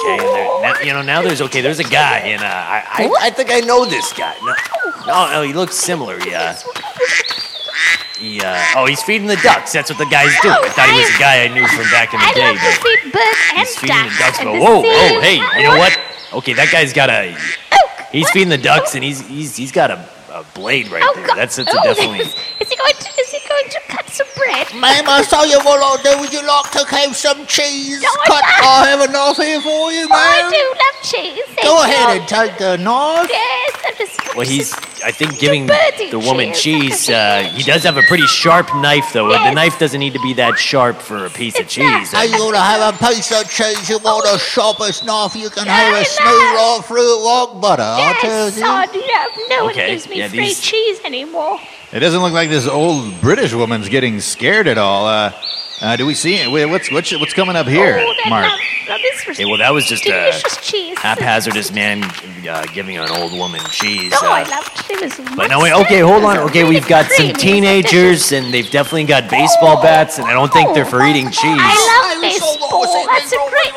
I: Okay, and there, now, you know now there's okay. There's a guy, and uh, I, I I think I know this guy. No, no, no he looks similar. Yeah. He, uh, oh, he's feeding the ducks. That's what the guys do. I thought he was a guy I knew from back in the
A: I love
I: day.
A: to
I: But
A: see birds and
I: he's feeding the ducks.
A: and
I: But
A: the
I: whoa,
A: sea. Oh,
I: whoa, hey, you know what? Okay, that guy's got a. He's feeding the ducks, and he's he's he's got a, a blade right
A: Oh,
I: there.
A: God.
I: That's that's a
A: Oh,
I: definitely.
A: Is, is he going to? Is he going to cut some bread?
K: Ma'am, I saw you what I do. Would you like to have some cheese?
A: No, I
K: Cut.
A: don't.
K: I have a knife here for
A: Oh,
K: you,
A: I
K: ma'am.
A: do love cheese. Thank
K: Go
A: you.
K: ahead and take the knife.
A: Yes, I'm just.
I: Well, he's I think giving
A: birdie
I: the woman
A: cheese.
I: cheese. Uh,
A: (laughs)
I: he does have a pretty sharp knife, though. The
A: Yes.
I: knife doesn't need to be that sharp for a piece of
A: It's not.
I: cheese.
K: Are you gonna
A: (laughs)
K: have a piece of cheese? You want the sharpest knife you can have
A: I
K: a smooth
A: love-
K: right through it like butter. I tell
A: Yes,
K: you.
A: I love. No one
I: Okay,
A: gives me
I: yeah,
A: free
I: these-
A: cheese anymore.
D: It doesn't look like this old British woman's getting scared at all. Uh, Uh, do we see it? Wait, What's what's what's coming up here,
A: Oh,
F: Oh,
D: Mark?
I: Yeah, well, that was just uh, a
F: Delicious cheese.
I: haphazardous man uh, giving an old woman cheese.
A: Oh,
F: No, Oh, I
I: uh,
F: love cheese.
I: But no, wait, okay, hold on. Okay, we've got some teenagers, and they've definitely got baseball bats, and I don't think they're for eating cheese.
A: I love baseball. That's a great.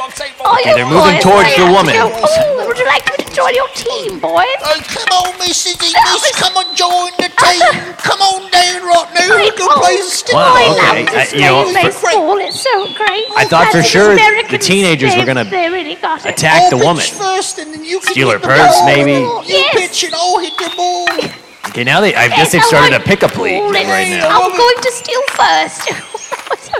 I: Okay, they're moving towards the woman.
A: Oh, would you like me to join your team, boys? Oh, come on, (laughs) Mrs. English. Come on, join the (laughs) team. Come on down right now. We can play stick. I
I: Wow, okay,
A: love
I: I-
A: this
I: you know,
A: game,
I: for-
A: baseball. It's so great.
I: I thought for
A: That's an
I: sure the
A: American
I: teenagers were
A: game.
I: gonna
A: They really got it.
I: attack the
A: I'll pitch
I: woman.
A: First, and then you can
I: Steal
A: hit
I: her
A: the
I: purse,
A: ball.
I: maybe.
A: You pitch it. I'll hit the ball.
I: Okay, now they, I guess they've started a pickup league right now.
A: I'm going to steal first.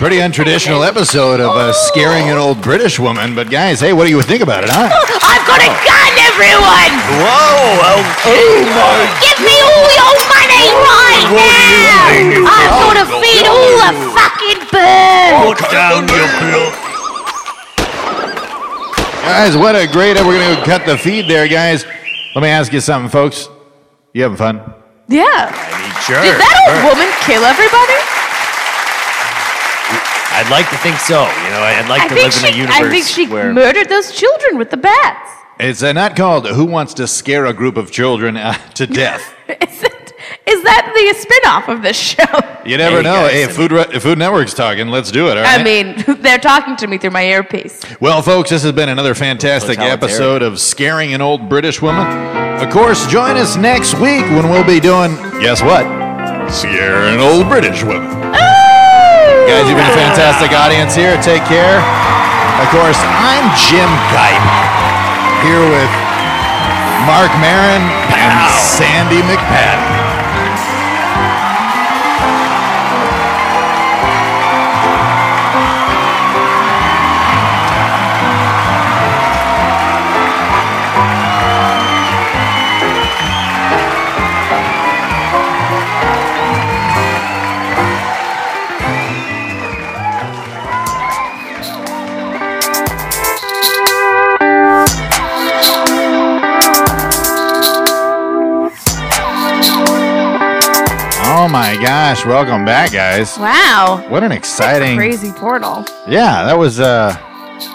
D: Pretty untraditional episode of uh, scaring an old British woman. But guys, hey, what do you think about it, huh?
A: (laughs) I've got a gun, everyone!
D: Whoa! Oh, oh my!
A: Give me all your money right now! I'm gonna
D: Oh,
A: feed all the fucking birds!
I: down your bill.
D: Guys, what a great! We're gonna go cut the feed there, guys. Let me ask you something, folks. You having fun?
F: Yeah.
D: Sure.
F: Did that old woman kill everybody?
I: I'd like to think so. You know, I'd like
F: I
I: to
F: think
I: live
F: she,
I: in a universe
F: I think she
D: where-
F: murdered those children with the bats.
D: It's uh, not called "Who Wants to Scare a Group of Children uh, to Death."
F: Is that the spin-off of this show? (laughs)
D: You never
F: Hey,
D: know.
F: guys,
D: hey, Food Re- Food Network's talking. Let's do it. All right.
F: I mean, (laughs) they're talking to me through my earpiece.
D: Well, folks, this has been another fantastic episode of Scaring an Old British Woman. Of course, join us next week when we'll be doing, guess what? Scaring Old British Women. Guys, you've been a fantastic audience here. Take care. Of course, I'm Jim Geip here with Mark Marin and Sandy McPadden. Oh my gosh, welcome back, guys.
F: Wow.
D: What an exciting
F: Crazy portal.
D: Yeah, that was uh,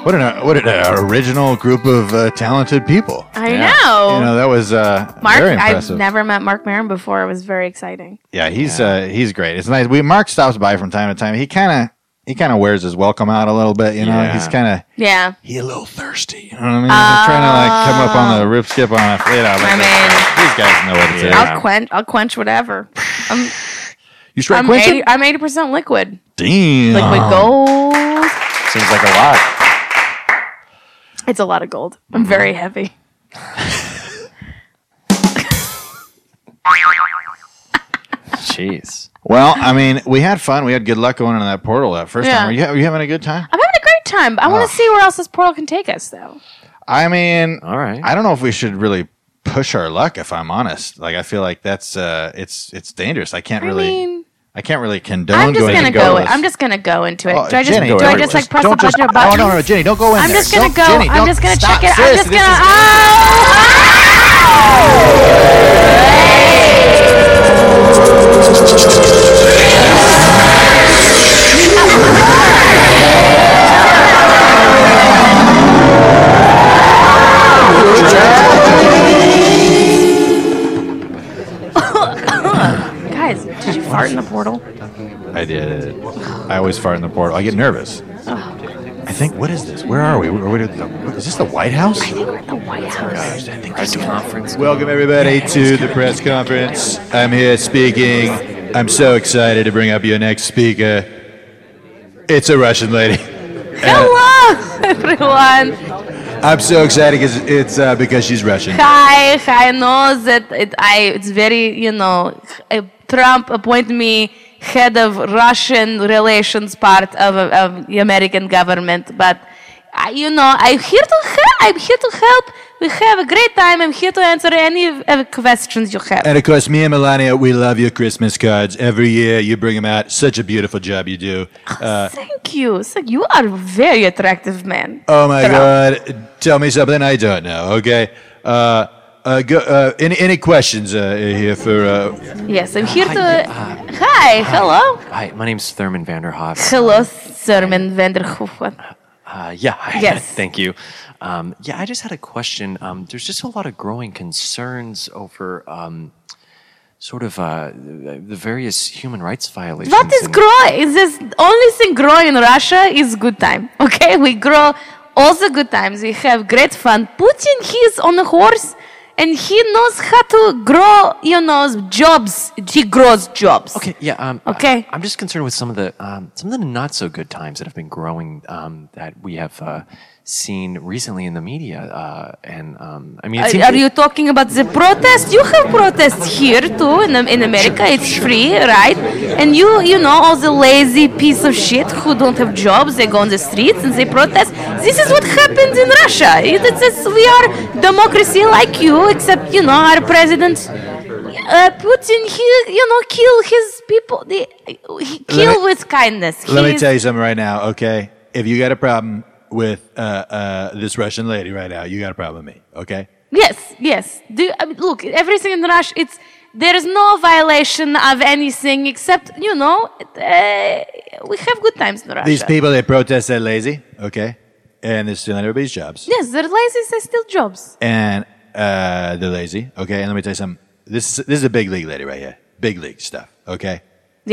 D: what an uh, what an uh, original group of uh, talented people.
F: I
D: Yeah.
F: know.
D: You know that was uh,
F: Mark,
D: very
F: I've
D: impressive.
F: never met Mark Maron before. It was very exciting.
D: yeah, he's uh, he's great. It's nice. We Mark stops by from time to time. He kind of he kind of wears his welcome out a little bit. You know,
I: Yeah.
D: he's kind of
F: Yeah.
D: He a little thirsty. you know what I mean. He's trying to like come up on the rip skip on a fleet out.
F: Oh.
D: uh,
F: I mean-
D: these guys know what it is.
F: I'll quench. I'll quench whatever. I'm.
D: You strike
F: I'm
D: quench it?
F: 80, I'm 80 percent liquid.
D: Damn.
F: Liquid
E: Um,
D: Oh.
F: gold.
D: Seems like a lot.
F: It's a lot of gold. I'm
D: Mm-hmm.
F: very heavy.
D: Jeez. Well, I mean, we had fun. We had good luck going into that portal that first
F: Yeah.
D: time. Were you, were you having a good time?
F: I'm having a great time. I
D: Oh.
F: want to see where else this portal can take us, though.
D: I mean, all right. I don't know if we should really push our luck. If I'm honest, like I feel like that's uh, it's it's dangerous. I can't really, I can't really condone.
F: I'm just
D: going
F: gonna
D: to
F: go.
D: goalless.
F: I'm just gonna go into it.
D: Oh,
F: do I just
D: Jenny,
F: do I
D: don't-
F: just like press a
D: don't
F: bunch
D: just-
F: of buttons?
D: Oh, No, no, no, Jenny, don't go in
F: I'm
D: there.
F: just gonna
D: Don't-
F: go.
D: Jenny,
F: I'm
D: don't-
F: just gonna
D: stop.
F: check it. I'm just
D: Seriously,
F: gonna. Guys, did you fart in the portal?
D: I did. I always fart in the portal. I get nervous.
F: Oh.
D: I think. What is this? Where are we? Are we at the, is this the White House?
I: Press conference.
D: Welcome everybody to the press conference. I'm here speaking. I'm so excited to bring up your next speaker. It's a Russian
F: (laughs)
D: lady.
F: Hello, (laughs) everyone.
D: Uh, I'm so excited because it's uh, because she's Russian.
F: Hi, I know that it, I, it's very, you know, uh, Trump appointed me head of Russian relations part of, of the American government, but I, you know, I'm here to help. I'm here to help. We have a great time. I'm here to answer any uh, questions you have.
D: And of course, me and Melania, we love your Christmas cards. Every year you bring them out. Such a beautiful job you do.
F: Oh,
D: Uh,
F: Thank you. So you are a very attractive man.
D: oh my God. Tell me something I don't know, okay? Uh,
L: Uh, go, uh, any any questions uh, here for? Uh,
K: Yes, I'm here to. Hi, hello.
E: Hi, my name's Thurman Vanderhoff.
K: Hello, Sermon Vanderhoven.
E: Uh, yeah. (laughs) I-
K: Yes.
E: thank you. Um, yeah, I just had a question. Um, there's just a lot of growing concerns over um, sort of uh, the various human rights violations.
K: What is
E: and-
K: growing? Is this only thing growing in Russia is good time? (laughs) Okay, we grow all the good times. We have great fun. Putin, he is on a horse, and he knows how to grow. You know, jobs. He grows jobs.
E: Okay, yeah. Um,
K: Okay.
E: I, am just concerned with some of the um, some of the not so good times that have been growing um, that we have uh, seen recently in the media. Uh, and um, I mean, it
K: Uh, Are,
E: seems
K: are you talking about the protest? You have protests here too in, in America. It's free, right? And you, you know, all the lazy piece of shit who don't have jobs, they go on the streets and they protest. This is what happens in Russia. It, it's, it's- we are democracy like you, except you know our president uh, Putin. He, you know, kill his people. They, he kill
L: me-
K: with kindness.
L: let me
K: He's-
L: tell you something right now, okay? If you got a problem with uh, uh, this Russian lady right now, you got a problem with me, okay?
K: Yes, yes. Do you- I mean, look, everything in Russia, it's there is no violation of anything except you know uh, we have good times in Russia.
L: These people they protest they're lazy, okay, and they're stealing everybody's jobs,
K: Yes, they're lazy. They steal jobs.
L: and uh, they're lazy, okay. And let me tell you something. This is this is a big league lady right here, big league stuff, okay.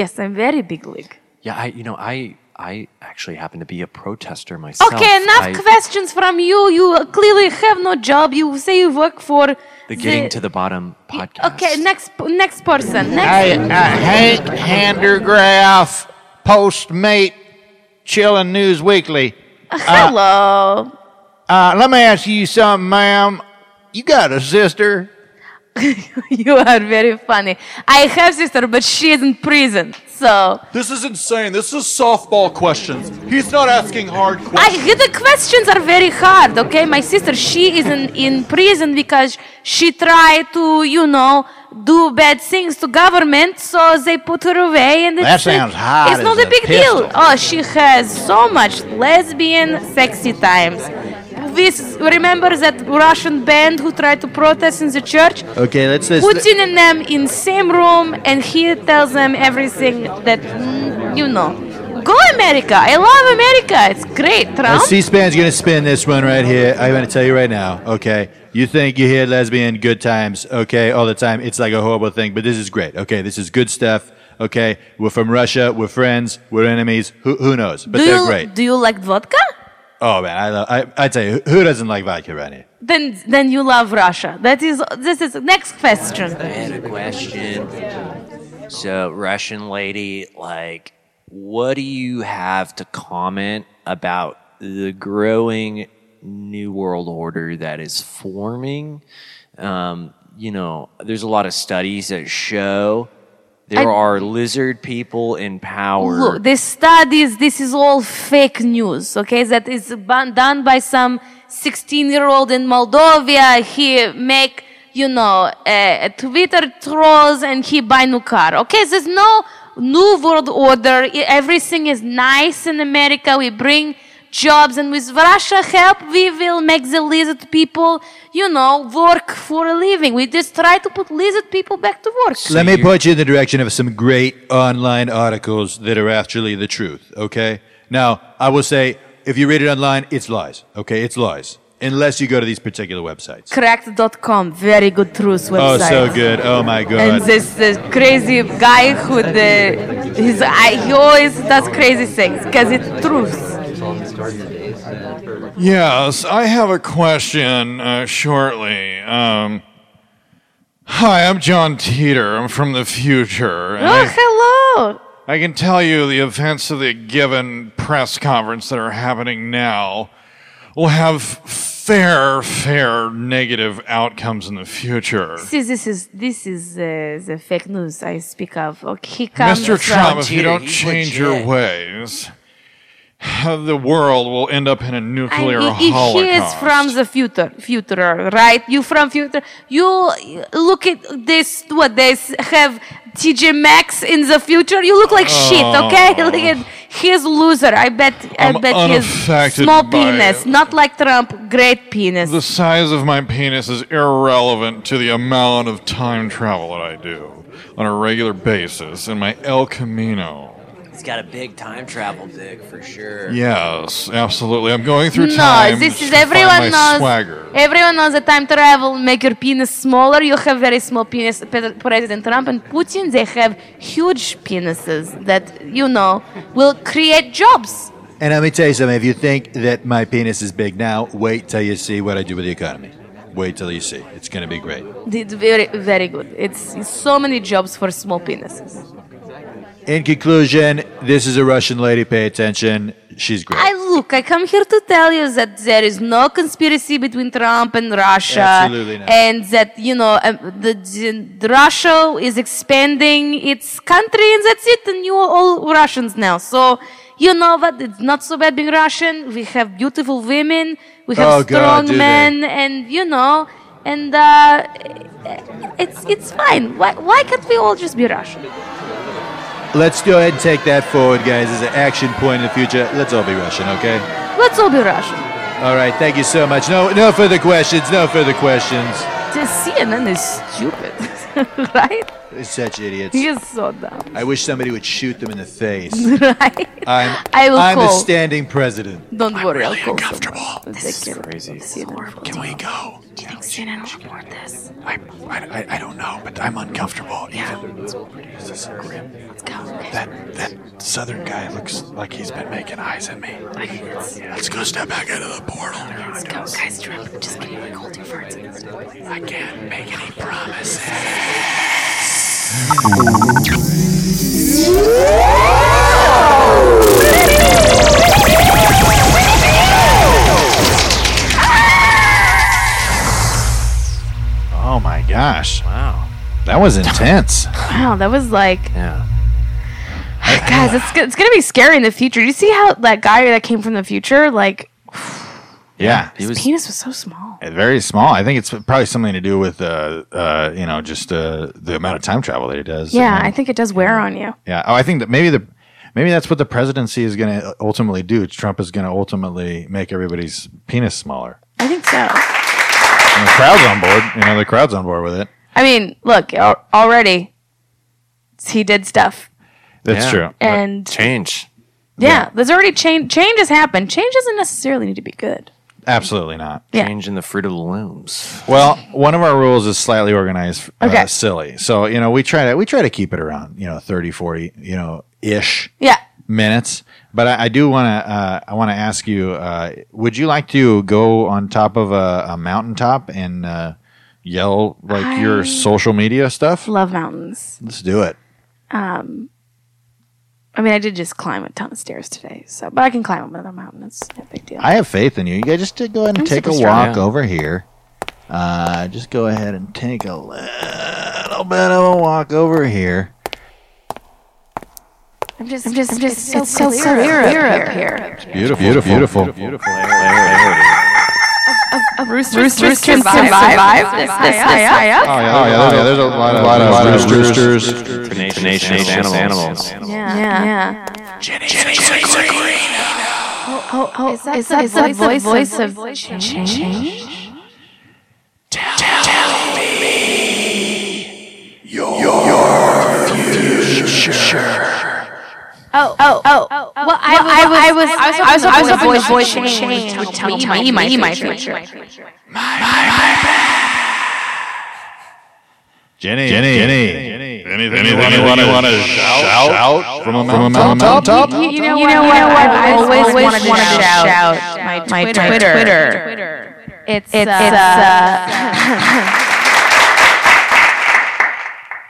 K: Yes, I'm very big league.
E: Yeah, I you know I I actually happen to be a protester myself.
K: Okay, enough
E: I-
K: questions from you. You clearly have no job. You say you work for
E: The getting to the bottom podcast.
K: Okay, next next person. Next. (laughs)
D: Hey, uh, Hank Handergraf, Postmate, Chillin' News Weekly.
F: Uh,
K: hello.
D: Uh, let me ask you something, ma'am. You got a sister?
K: you are very funny. I have sister, but she is in prison. So
M: This is insane. This is softball questions. He's not asking hard questions.
K: I, the questions are very hard, okay? My sister, she is in, in prison because she tried to, you know, do bad things to government, so they put her away. And it's,
D: That sounds hard
K: It's not
D: as
K: a
D: a
K: big
D: pistol.
K: deal. Oh, she has so much lesbian sexy times. This remember that Russian band who tried to protest in the church?
L: Okay, let's let's.
K: Putin and them in same room, and he tells them everything that mm, you know. Go America! I love America. It's great.
L: Uh,
K: Trump.
L: C-SPAN's gonna spin this one right here. I'm gonna tell you right now, okay? You think you hear lesbian good times, okay, all the time. It's like a horrible thing, but this is great, okay? This is good stuff, okay? We're from Russia, we're friends, we're enemies, who, who knows? But
K: do
L: they're
K: you,
L: great.
K: Do you like vodka?
L: Oh man, I love, I, I tell you, who doesn't like vodka right here?
K: Then then you love Russia. That is this is next question.
N: question. So, Russian lady, like, what do you have to comment about the growing New World Order that is forming? Um, you know, there's a lot of studies that show there
K: I-
N: are lizard people in power.
K: Look, the studies, this is all fake news, okay? That is ban- done by some 16-year-old in Moldova. He make, you know, uh, Twitter trolls and he buy new car, okay? There's no new world order. E- Everything is nice in America. We bring jobs and with Russia help, we will make the lizard people, you know, work for a living. We just try to put lizard people back to work.
L: Let me point you in the direction of some great online articles that are actually the truth, okay? Now, I will say, if you read it online, it's lies, okay? It's lies. Unless you go to these particular websites.
K: Correct.com, very good truth
L: Oh,
K: website.
L: so good. Oh, my God.
K: And this uh, crazy guy who the his I, he always does crazy things because it's truth.
G: Yes, I have a question uh, shortly. Um, hi, I'm John Teeter. I'm from the future. and I-
K: Oh, hello.
G: I can tell you the events of the given press conference that are happening now will have fair, fair negative outcomes in the future.
K: See, this is this is uh, the fake news I speak of. Okay, he comes
G: Mr. Trump, if you
K: from-
G: don't change your ways, the world will end up in a nuclear
K: I- I- he is
G: holocaust.
K: from the future, future, right? You from future. You look at this. What they s- have TJ Maxx in the future? You look like shit. Okay, (laughs)
G: Oh.
K: Look at-
F: He is loser. I bet. I
G: I'm
F: bet he is
G: unaffected
F: small
G: by
F: penis,
G: it.
F: not like Trump. Great penis.
G: The size of my penis is irrelevant to the amount of time travel that I do on a regular basis in my El Camino.
I: He's got a big time travel dick for sure.
G: Yes, absolutely. I'm going through
F: no,
G: time.
F: this
G: to find
F: is
G: my
F: everyone knows.
G: Swagger.
F: Everyone knows that time travel make your penis smaller. You have very small penis. Pe- President Trump and Putin they have huge penises that you know will create jobs.
L: And let me tell you something. If you think that my penis is big now, wait till you see what I do with the economy. Wait till you see. It's going to be great.
F: It's very very good. It's, it's so many jobs for small penises.
L: In conclusion, this is a Russian lady. Pay attention. She's great.
F: I look, I come here to tell you that there is no conspiracy between Trump and Russia.
L: Absolutely not.
F: And that, you know, uh, the, the Russia is expanding its country and that's it. And you are all Russians now. So, you know what? It's not so bad being Russian. We have beautiful women. We have
L: Oh, God,
F: strong
L: do they.
F: men. And, you know, and uh, it's, it's fine. Why, why can't we all just be Russian?
L: Let's go ahead and take that forward, guys, as an action point in the future. Let's all be Russian, okay?
F: Let's all be Russian.
L: All right. Thank you so much. No, no further questions. No further questions.
F: The CNN is stupid, (laughs) right?
L: They're Such idiots.
F: He is so dumb.
L: I wish somebody would shoot them in the face.
F: (laughs) Right?
L: I'm,
F: I will
L: I'm
F: call.
L: a standing president.
F: Don't worry, I'll call uncomfortable. This is crazy. Can we go? Do you think CNN will want this? I,
O: I, I don't know, but I'm uncomfortable. Yeah. This is grim. Let's
F: go.
O: That that southern guy looks like he's been making eyes at me. Let's go step back out of the portal. Let's
F: go, guys. Just give me like hold your farts.
O: I can't make any promises.
D: Oh my gosh.
I: Wow.
D: That
O: (laughs)
D: was intense.
F: Wow, that was like,
D: Yeah.
F: guys, it's, go- it's gonna be scary in the future. Do you see how that guy that came from the future, like,
D: Yeah.
F: his penis was so small?
D: Uh, Very small. I think it's probably something to do with, uh, uh, you know, just uh, the amount of time travel that he does.
F: Yeah, I think it does wear on you.
D: Yeah. Oh, I think that maybe the maybe that's what the presidency is going to ultimately do. Trump is going to ultimately make everybody's penis smaller.
F: I think so.
D: And the crowd's on board. You know, the crowd's on board with it.
F: I mean, look, al- already he did stuff.
D: That's
E: Yeah.
D: true.
F: And-
E: change.
F: Yeah, there's already change. Change has happened. Change doesn't necessarily need to be good.
D: Absolutely not.
F: Yeah.
E: Change in the fruit of the looms.
D: Well, one of our rules is slightly organized, uh,
F: Okay.
D: silly. So, you know, we try to we try to keep it around, you know, 30, 40, you know, ish
F: Yeah.
D: minutes. But I, I do want to uh, I want to ask you, uh, would you like to go on top of a, a mountaintop and uh, yell like your
F: I
D: social media stuff?
F: Love mountains.
D: Let's do it.
F: Um, I mean, I did just climb a ton of stairs today, so but I can climb another mountain. It's no big deal.
D: I have faith in you. You guys just to go ahead and
F: I'm
D: take a
F: super strong.
D: walk over here. Uh, just go ahead and take a little bit of a walk over here.
F: I'm just, I'm just, I'm just. It's,
A: so
F: so
A: clear up
F: clear,
A: here,
F: up
A: up
F: here.
D: Beautiful, beautiful, beautiful.
F: A, a rooster,
A: rooster
F: can
A: can
F: survive,
A: survive
F: survive this, this, this,
D: Oh yeah, oh, yeah, there's a- there's a lot of, lot of, lot of roosters.
E: Tenacious, animals. animals.
F: Yeah, yeah. yeah.
A: Jenny, Oh, Jenny, Jenny,
F: Oh, oh, oh, is that,
A: is that
F: the
A: voice of-
F: voice,
A: voice
F: of,
A: of
F: voice of
A: change?
F: change? Oh, oh, oh, oh. Well, I, was, I was, I was, I was, hoping the voice of change would tell me my, my future.
D: Jenny, Jenny, Jenny,
G: Anything, anything you want to shout, shout, from a
D: from a
G: mountain
D: mountain
G: top?
F: You, you know, you know what? I've always, always wanted, to shout, my, my Twitter. Twitter. It's, it's, uh, (laughs)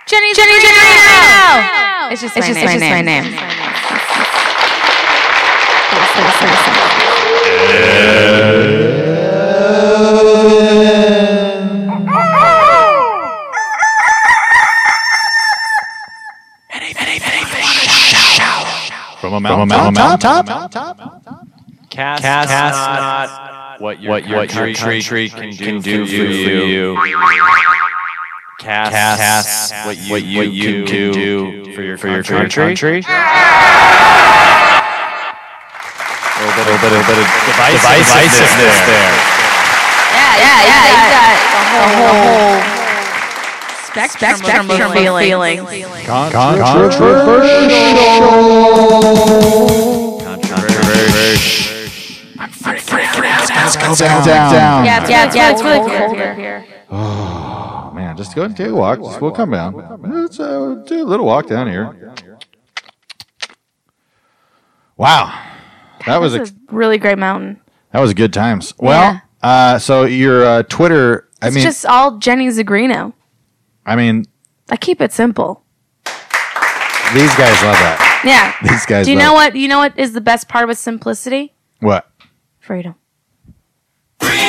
F: Jenny, Jenny, Jenny, now. It's just,
A: It's
F: my
A: just
F: name.
A: my name.
F: name.
D: From a
G: mountain
D: mountain top?
G: top?
I: Cast,
E: Cast
I: cast
E: not
I: not
E: what your country, can, do, for
I: for
E: you.
I: Cast,
E: Cast, what you, what you, can do, for your, for your country.
I: little bit,
D: little bit, little bit of
I: divisive-
D: divisiveness
I: divisiveness
D: there.
F: Yeah, yeah, yeah. You got the whole, spectrum, of feelings.
J: Let's
D: go down, down.
F: Yeah, it's, yeah, it's, yeah, it's really colder here.
D: Oh, man, just go and take a walk. Just, we'll come down. Let's uh, do a little walk down here. Wow, that was
F: This
D: a
F: is a really great mountain.
D: that was good times. Well, uh, so your uh, Twitter. I
F: It's
D: mean,
F: just all Jenny Zagrino.
D: I mean,
F: I keep it simple.
D: these guys love that.
F: Yeah.
D: (laughs) These guys.
F: Do you
D: love
F: know what? You know what is the best part with simplicity?
D: What?
F: Freedom.
D: Jenny,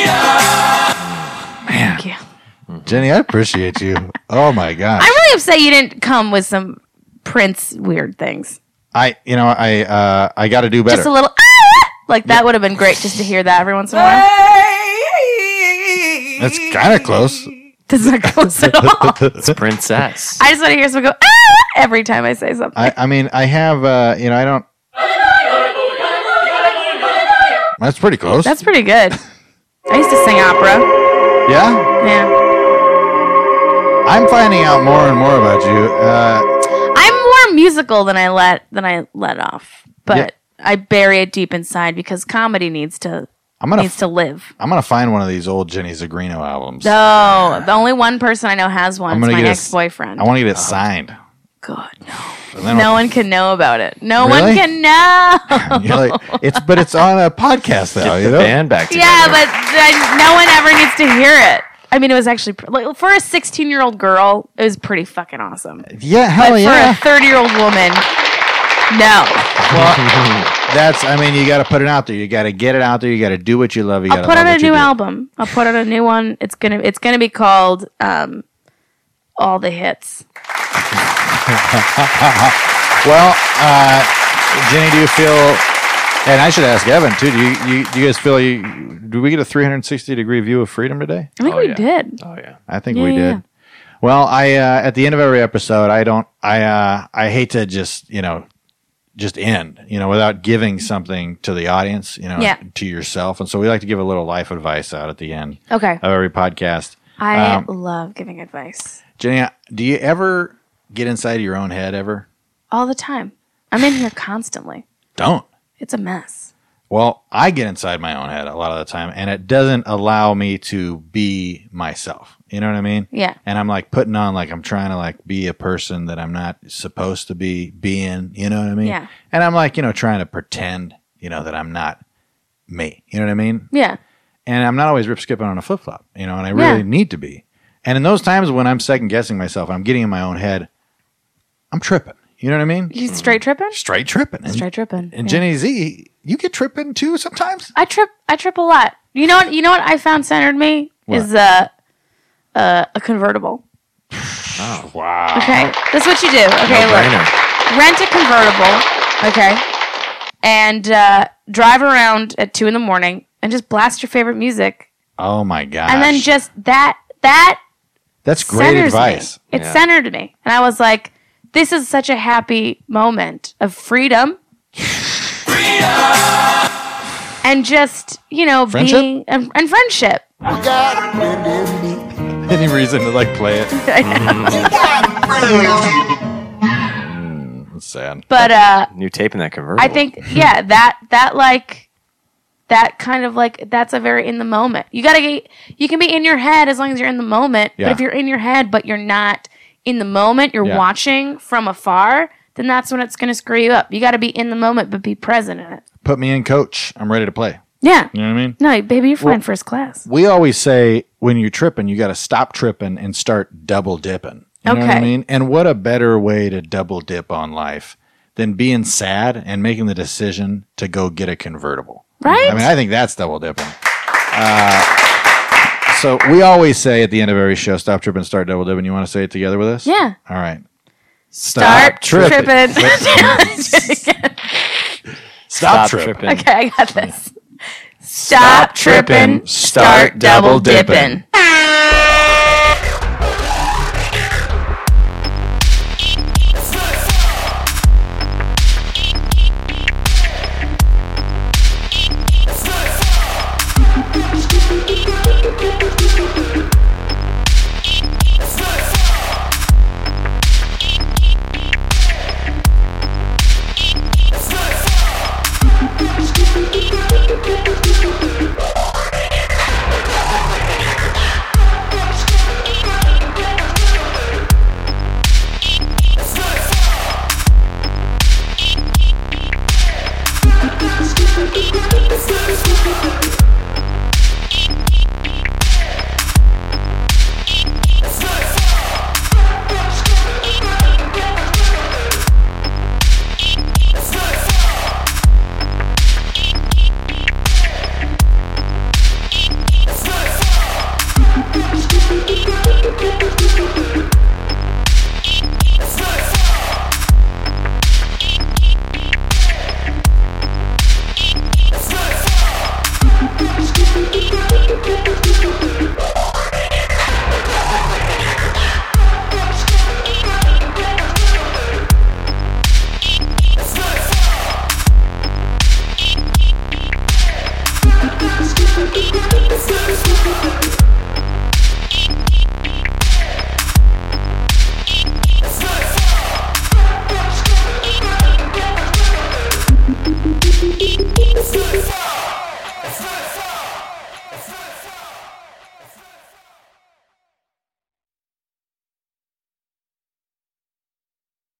D: I appreciate you. Oh my gosh.
F: I'm really upset you didn't come with some Prince weird things.
D: I you know, I uh I gotta do better.
F: Just a little "Ah!" like that would have been great just to hear that every once in a while.
D: That's kinda
F: (laughs)
D: close.
F: That's not close
D: (laughs)
F: at all.
D: it's
E: princess.
F: I just want to hear someone go "Ah!" every time I say something.
D: I, I mean I have uh you know, I don't That's pretty close.
F: That's pretty good. I used to sing opera.
D: yeah?
F: Yeah.
D: I'm finding out more and more about you. Uh
F: I'm more musical than I let than I let off, but
D: Yeah.
F: I bury it deep inside because comedy needs to
D: I'm gonna
F: needs to live.
D: I'm gonna find one of these old Jenny Zagrino albums.
F: No, the only one person I know has one.
D: I'm
F: It's
D: gonna
F: my
D: get a s-
F: ex boyfriend.
D: I wanna get it signed.
F: God,
D: And then
F: No one can know about it. No
D: Really?
F: one can
D: (laughs)
F: (laughs) know.
D: You're like, it's but it's on a podcast though, you know?
E: band back
F: yeah, but then no one ever needs to hear it. I mean, it was actually pr- like for a 16 year old girl, it was pretty fucking awesome.
D: Yeah, hell
F: but
D: Oh, yeah.
F: For a 30 year old woman, no.
D: Well, (laughs) that's I mean you gotta put it out there. You gotta get it out there, you gotta do what you love, you
F: I'll
D: gotta
F: put
D: love
F: out a
D: what you
F: new
D: do.
F: album. I'll put out a new one. It's gonna it's gonna be called um, All the Hits.
D: (laughs) well, uh, Jenny, do you feel? And I should ask Evan too. Do you, you, do you guys feel? You, do we get a 360 degree view of freedom today?
F: I think we did. Oh
E: yeah.
D: I think
F: Yeah,
D: we
F: yeah,
D: did.
F: yeah.
D: Well, I uh, at the end of every episode, I don't. I uh, I hate to just you know just end you know without giving something to the audience you know
F: Yeah.
D: to yourself, and so we like to give a little life advice out at the end
F: Okay.
D: of every podcast.
F: I
D: Um,
F: love giving advice
D: Jenny, do you ever get inside your own head ever?
F: all the time. I'm in here constantly.
D: Don't.
F: It's a mess.
D: Well, I get inside my own head a lot of the time, and it doesn't allow me to be myself. You know what I mean?
F: Yeah.
D: And I'm like putting on like I'm trying to like be a person that I'm not supposed to be being. You know what I mean?
F: Yeah.
D: And I'm like you know trying to pretend you know that I'm not me. You know what I mean?
F: Yeah.
D: And I'm not always rip skipping on a flip flop. You know, and I
F: Yeah.
D: really need to be. And in those times when I'm second guessing myself, I'm getting in my own head. I'm tripping. You know what I mean?
F: You straight tripping?
D: Mm. Straight tripping. And-
F: Straight tripping.
D: And
F: yeah.
D: Jenny Z, you get tripping too sometimes.
F: I trip. I trip a lot. You know what? You know what I found centered me
D: What?
F: is uh, uh, a convertible.
D: Oh, wow.
F: Okay, this is what you do. Okay, look, rent a convertible. Okay, and uh, drive around at two in the morning and just blast your favorite music,
D: Oh my gosh.
F: and then just that that
D: That's great
F: centers
D: advice.
F: Me. It centered me, and I was like, "This is such a happy moment of freedom." And just you know,
D: Friendship?
F: being and, and friendship.
D: Any reason to like play it?
F: (laughs)
E: That's (laughs) sad.
F: But uh,
E: You're taping that convertible.
F: I think yeah, that that like that kind of like that's a very in the moment. You gotta get you can be in your head as long as you're in the moment.
D: Yeah.
F: But if you're in your head but you're not in the moment, you're
D: Yeah.
F: watching from afar, then that's when it's gonna screw you up. You gotta be in the moment but be present in it.
D: Put me in, coach. I'm ready to play.
F: Yeah.
D: You know what I mean?
F: No, baby, you're flying
D: Well-
F: first class.
D: We always say when you're tripping, you got to stop tripping and start double dipping. You know what I
F: Okay.
D: mean? And what a better way to double dip on life than being sad and making the decision to go get a convertible.
F: Right?
D: I mean, I think that's double dipping. Uh, so we always say at the end of every show, stop tripping, start double dipping. You want to say it together with us?
F: Yeah.
D: All right.
F: Start
D: tripping.
F: (laughs) tripping.
D: (laughs) Stop tripping.
F: Okay, I got this. Stop, tripping. Start double dipping.
A: It's good fun. It's good fun. It's good fun.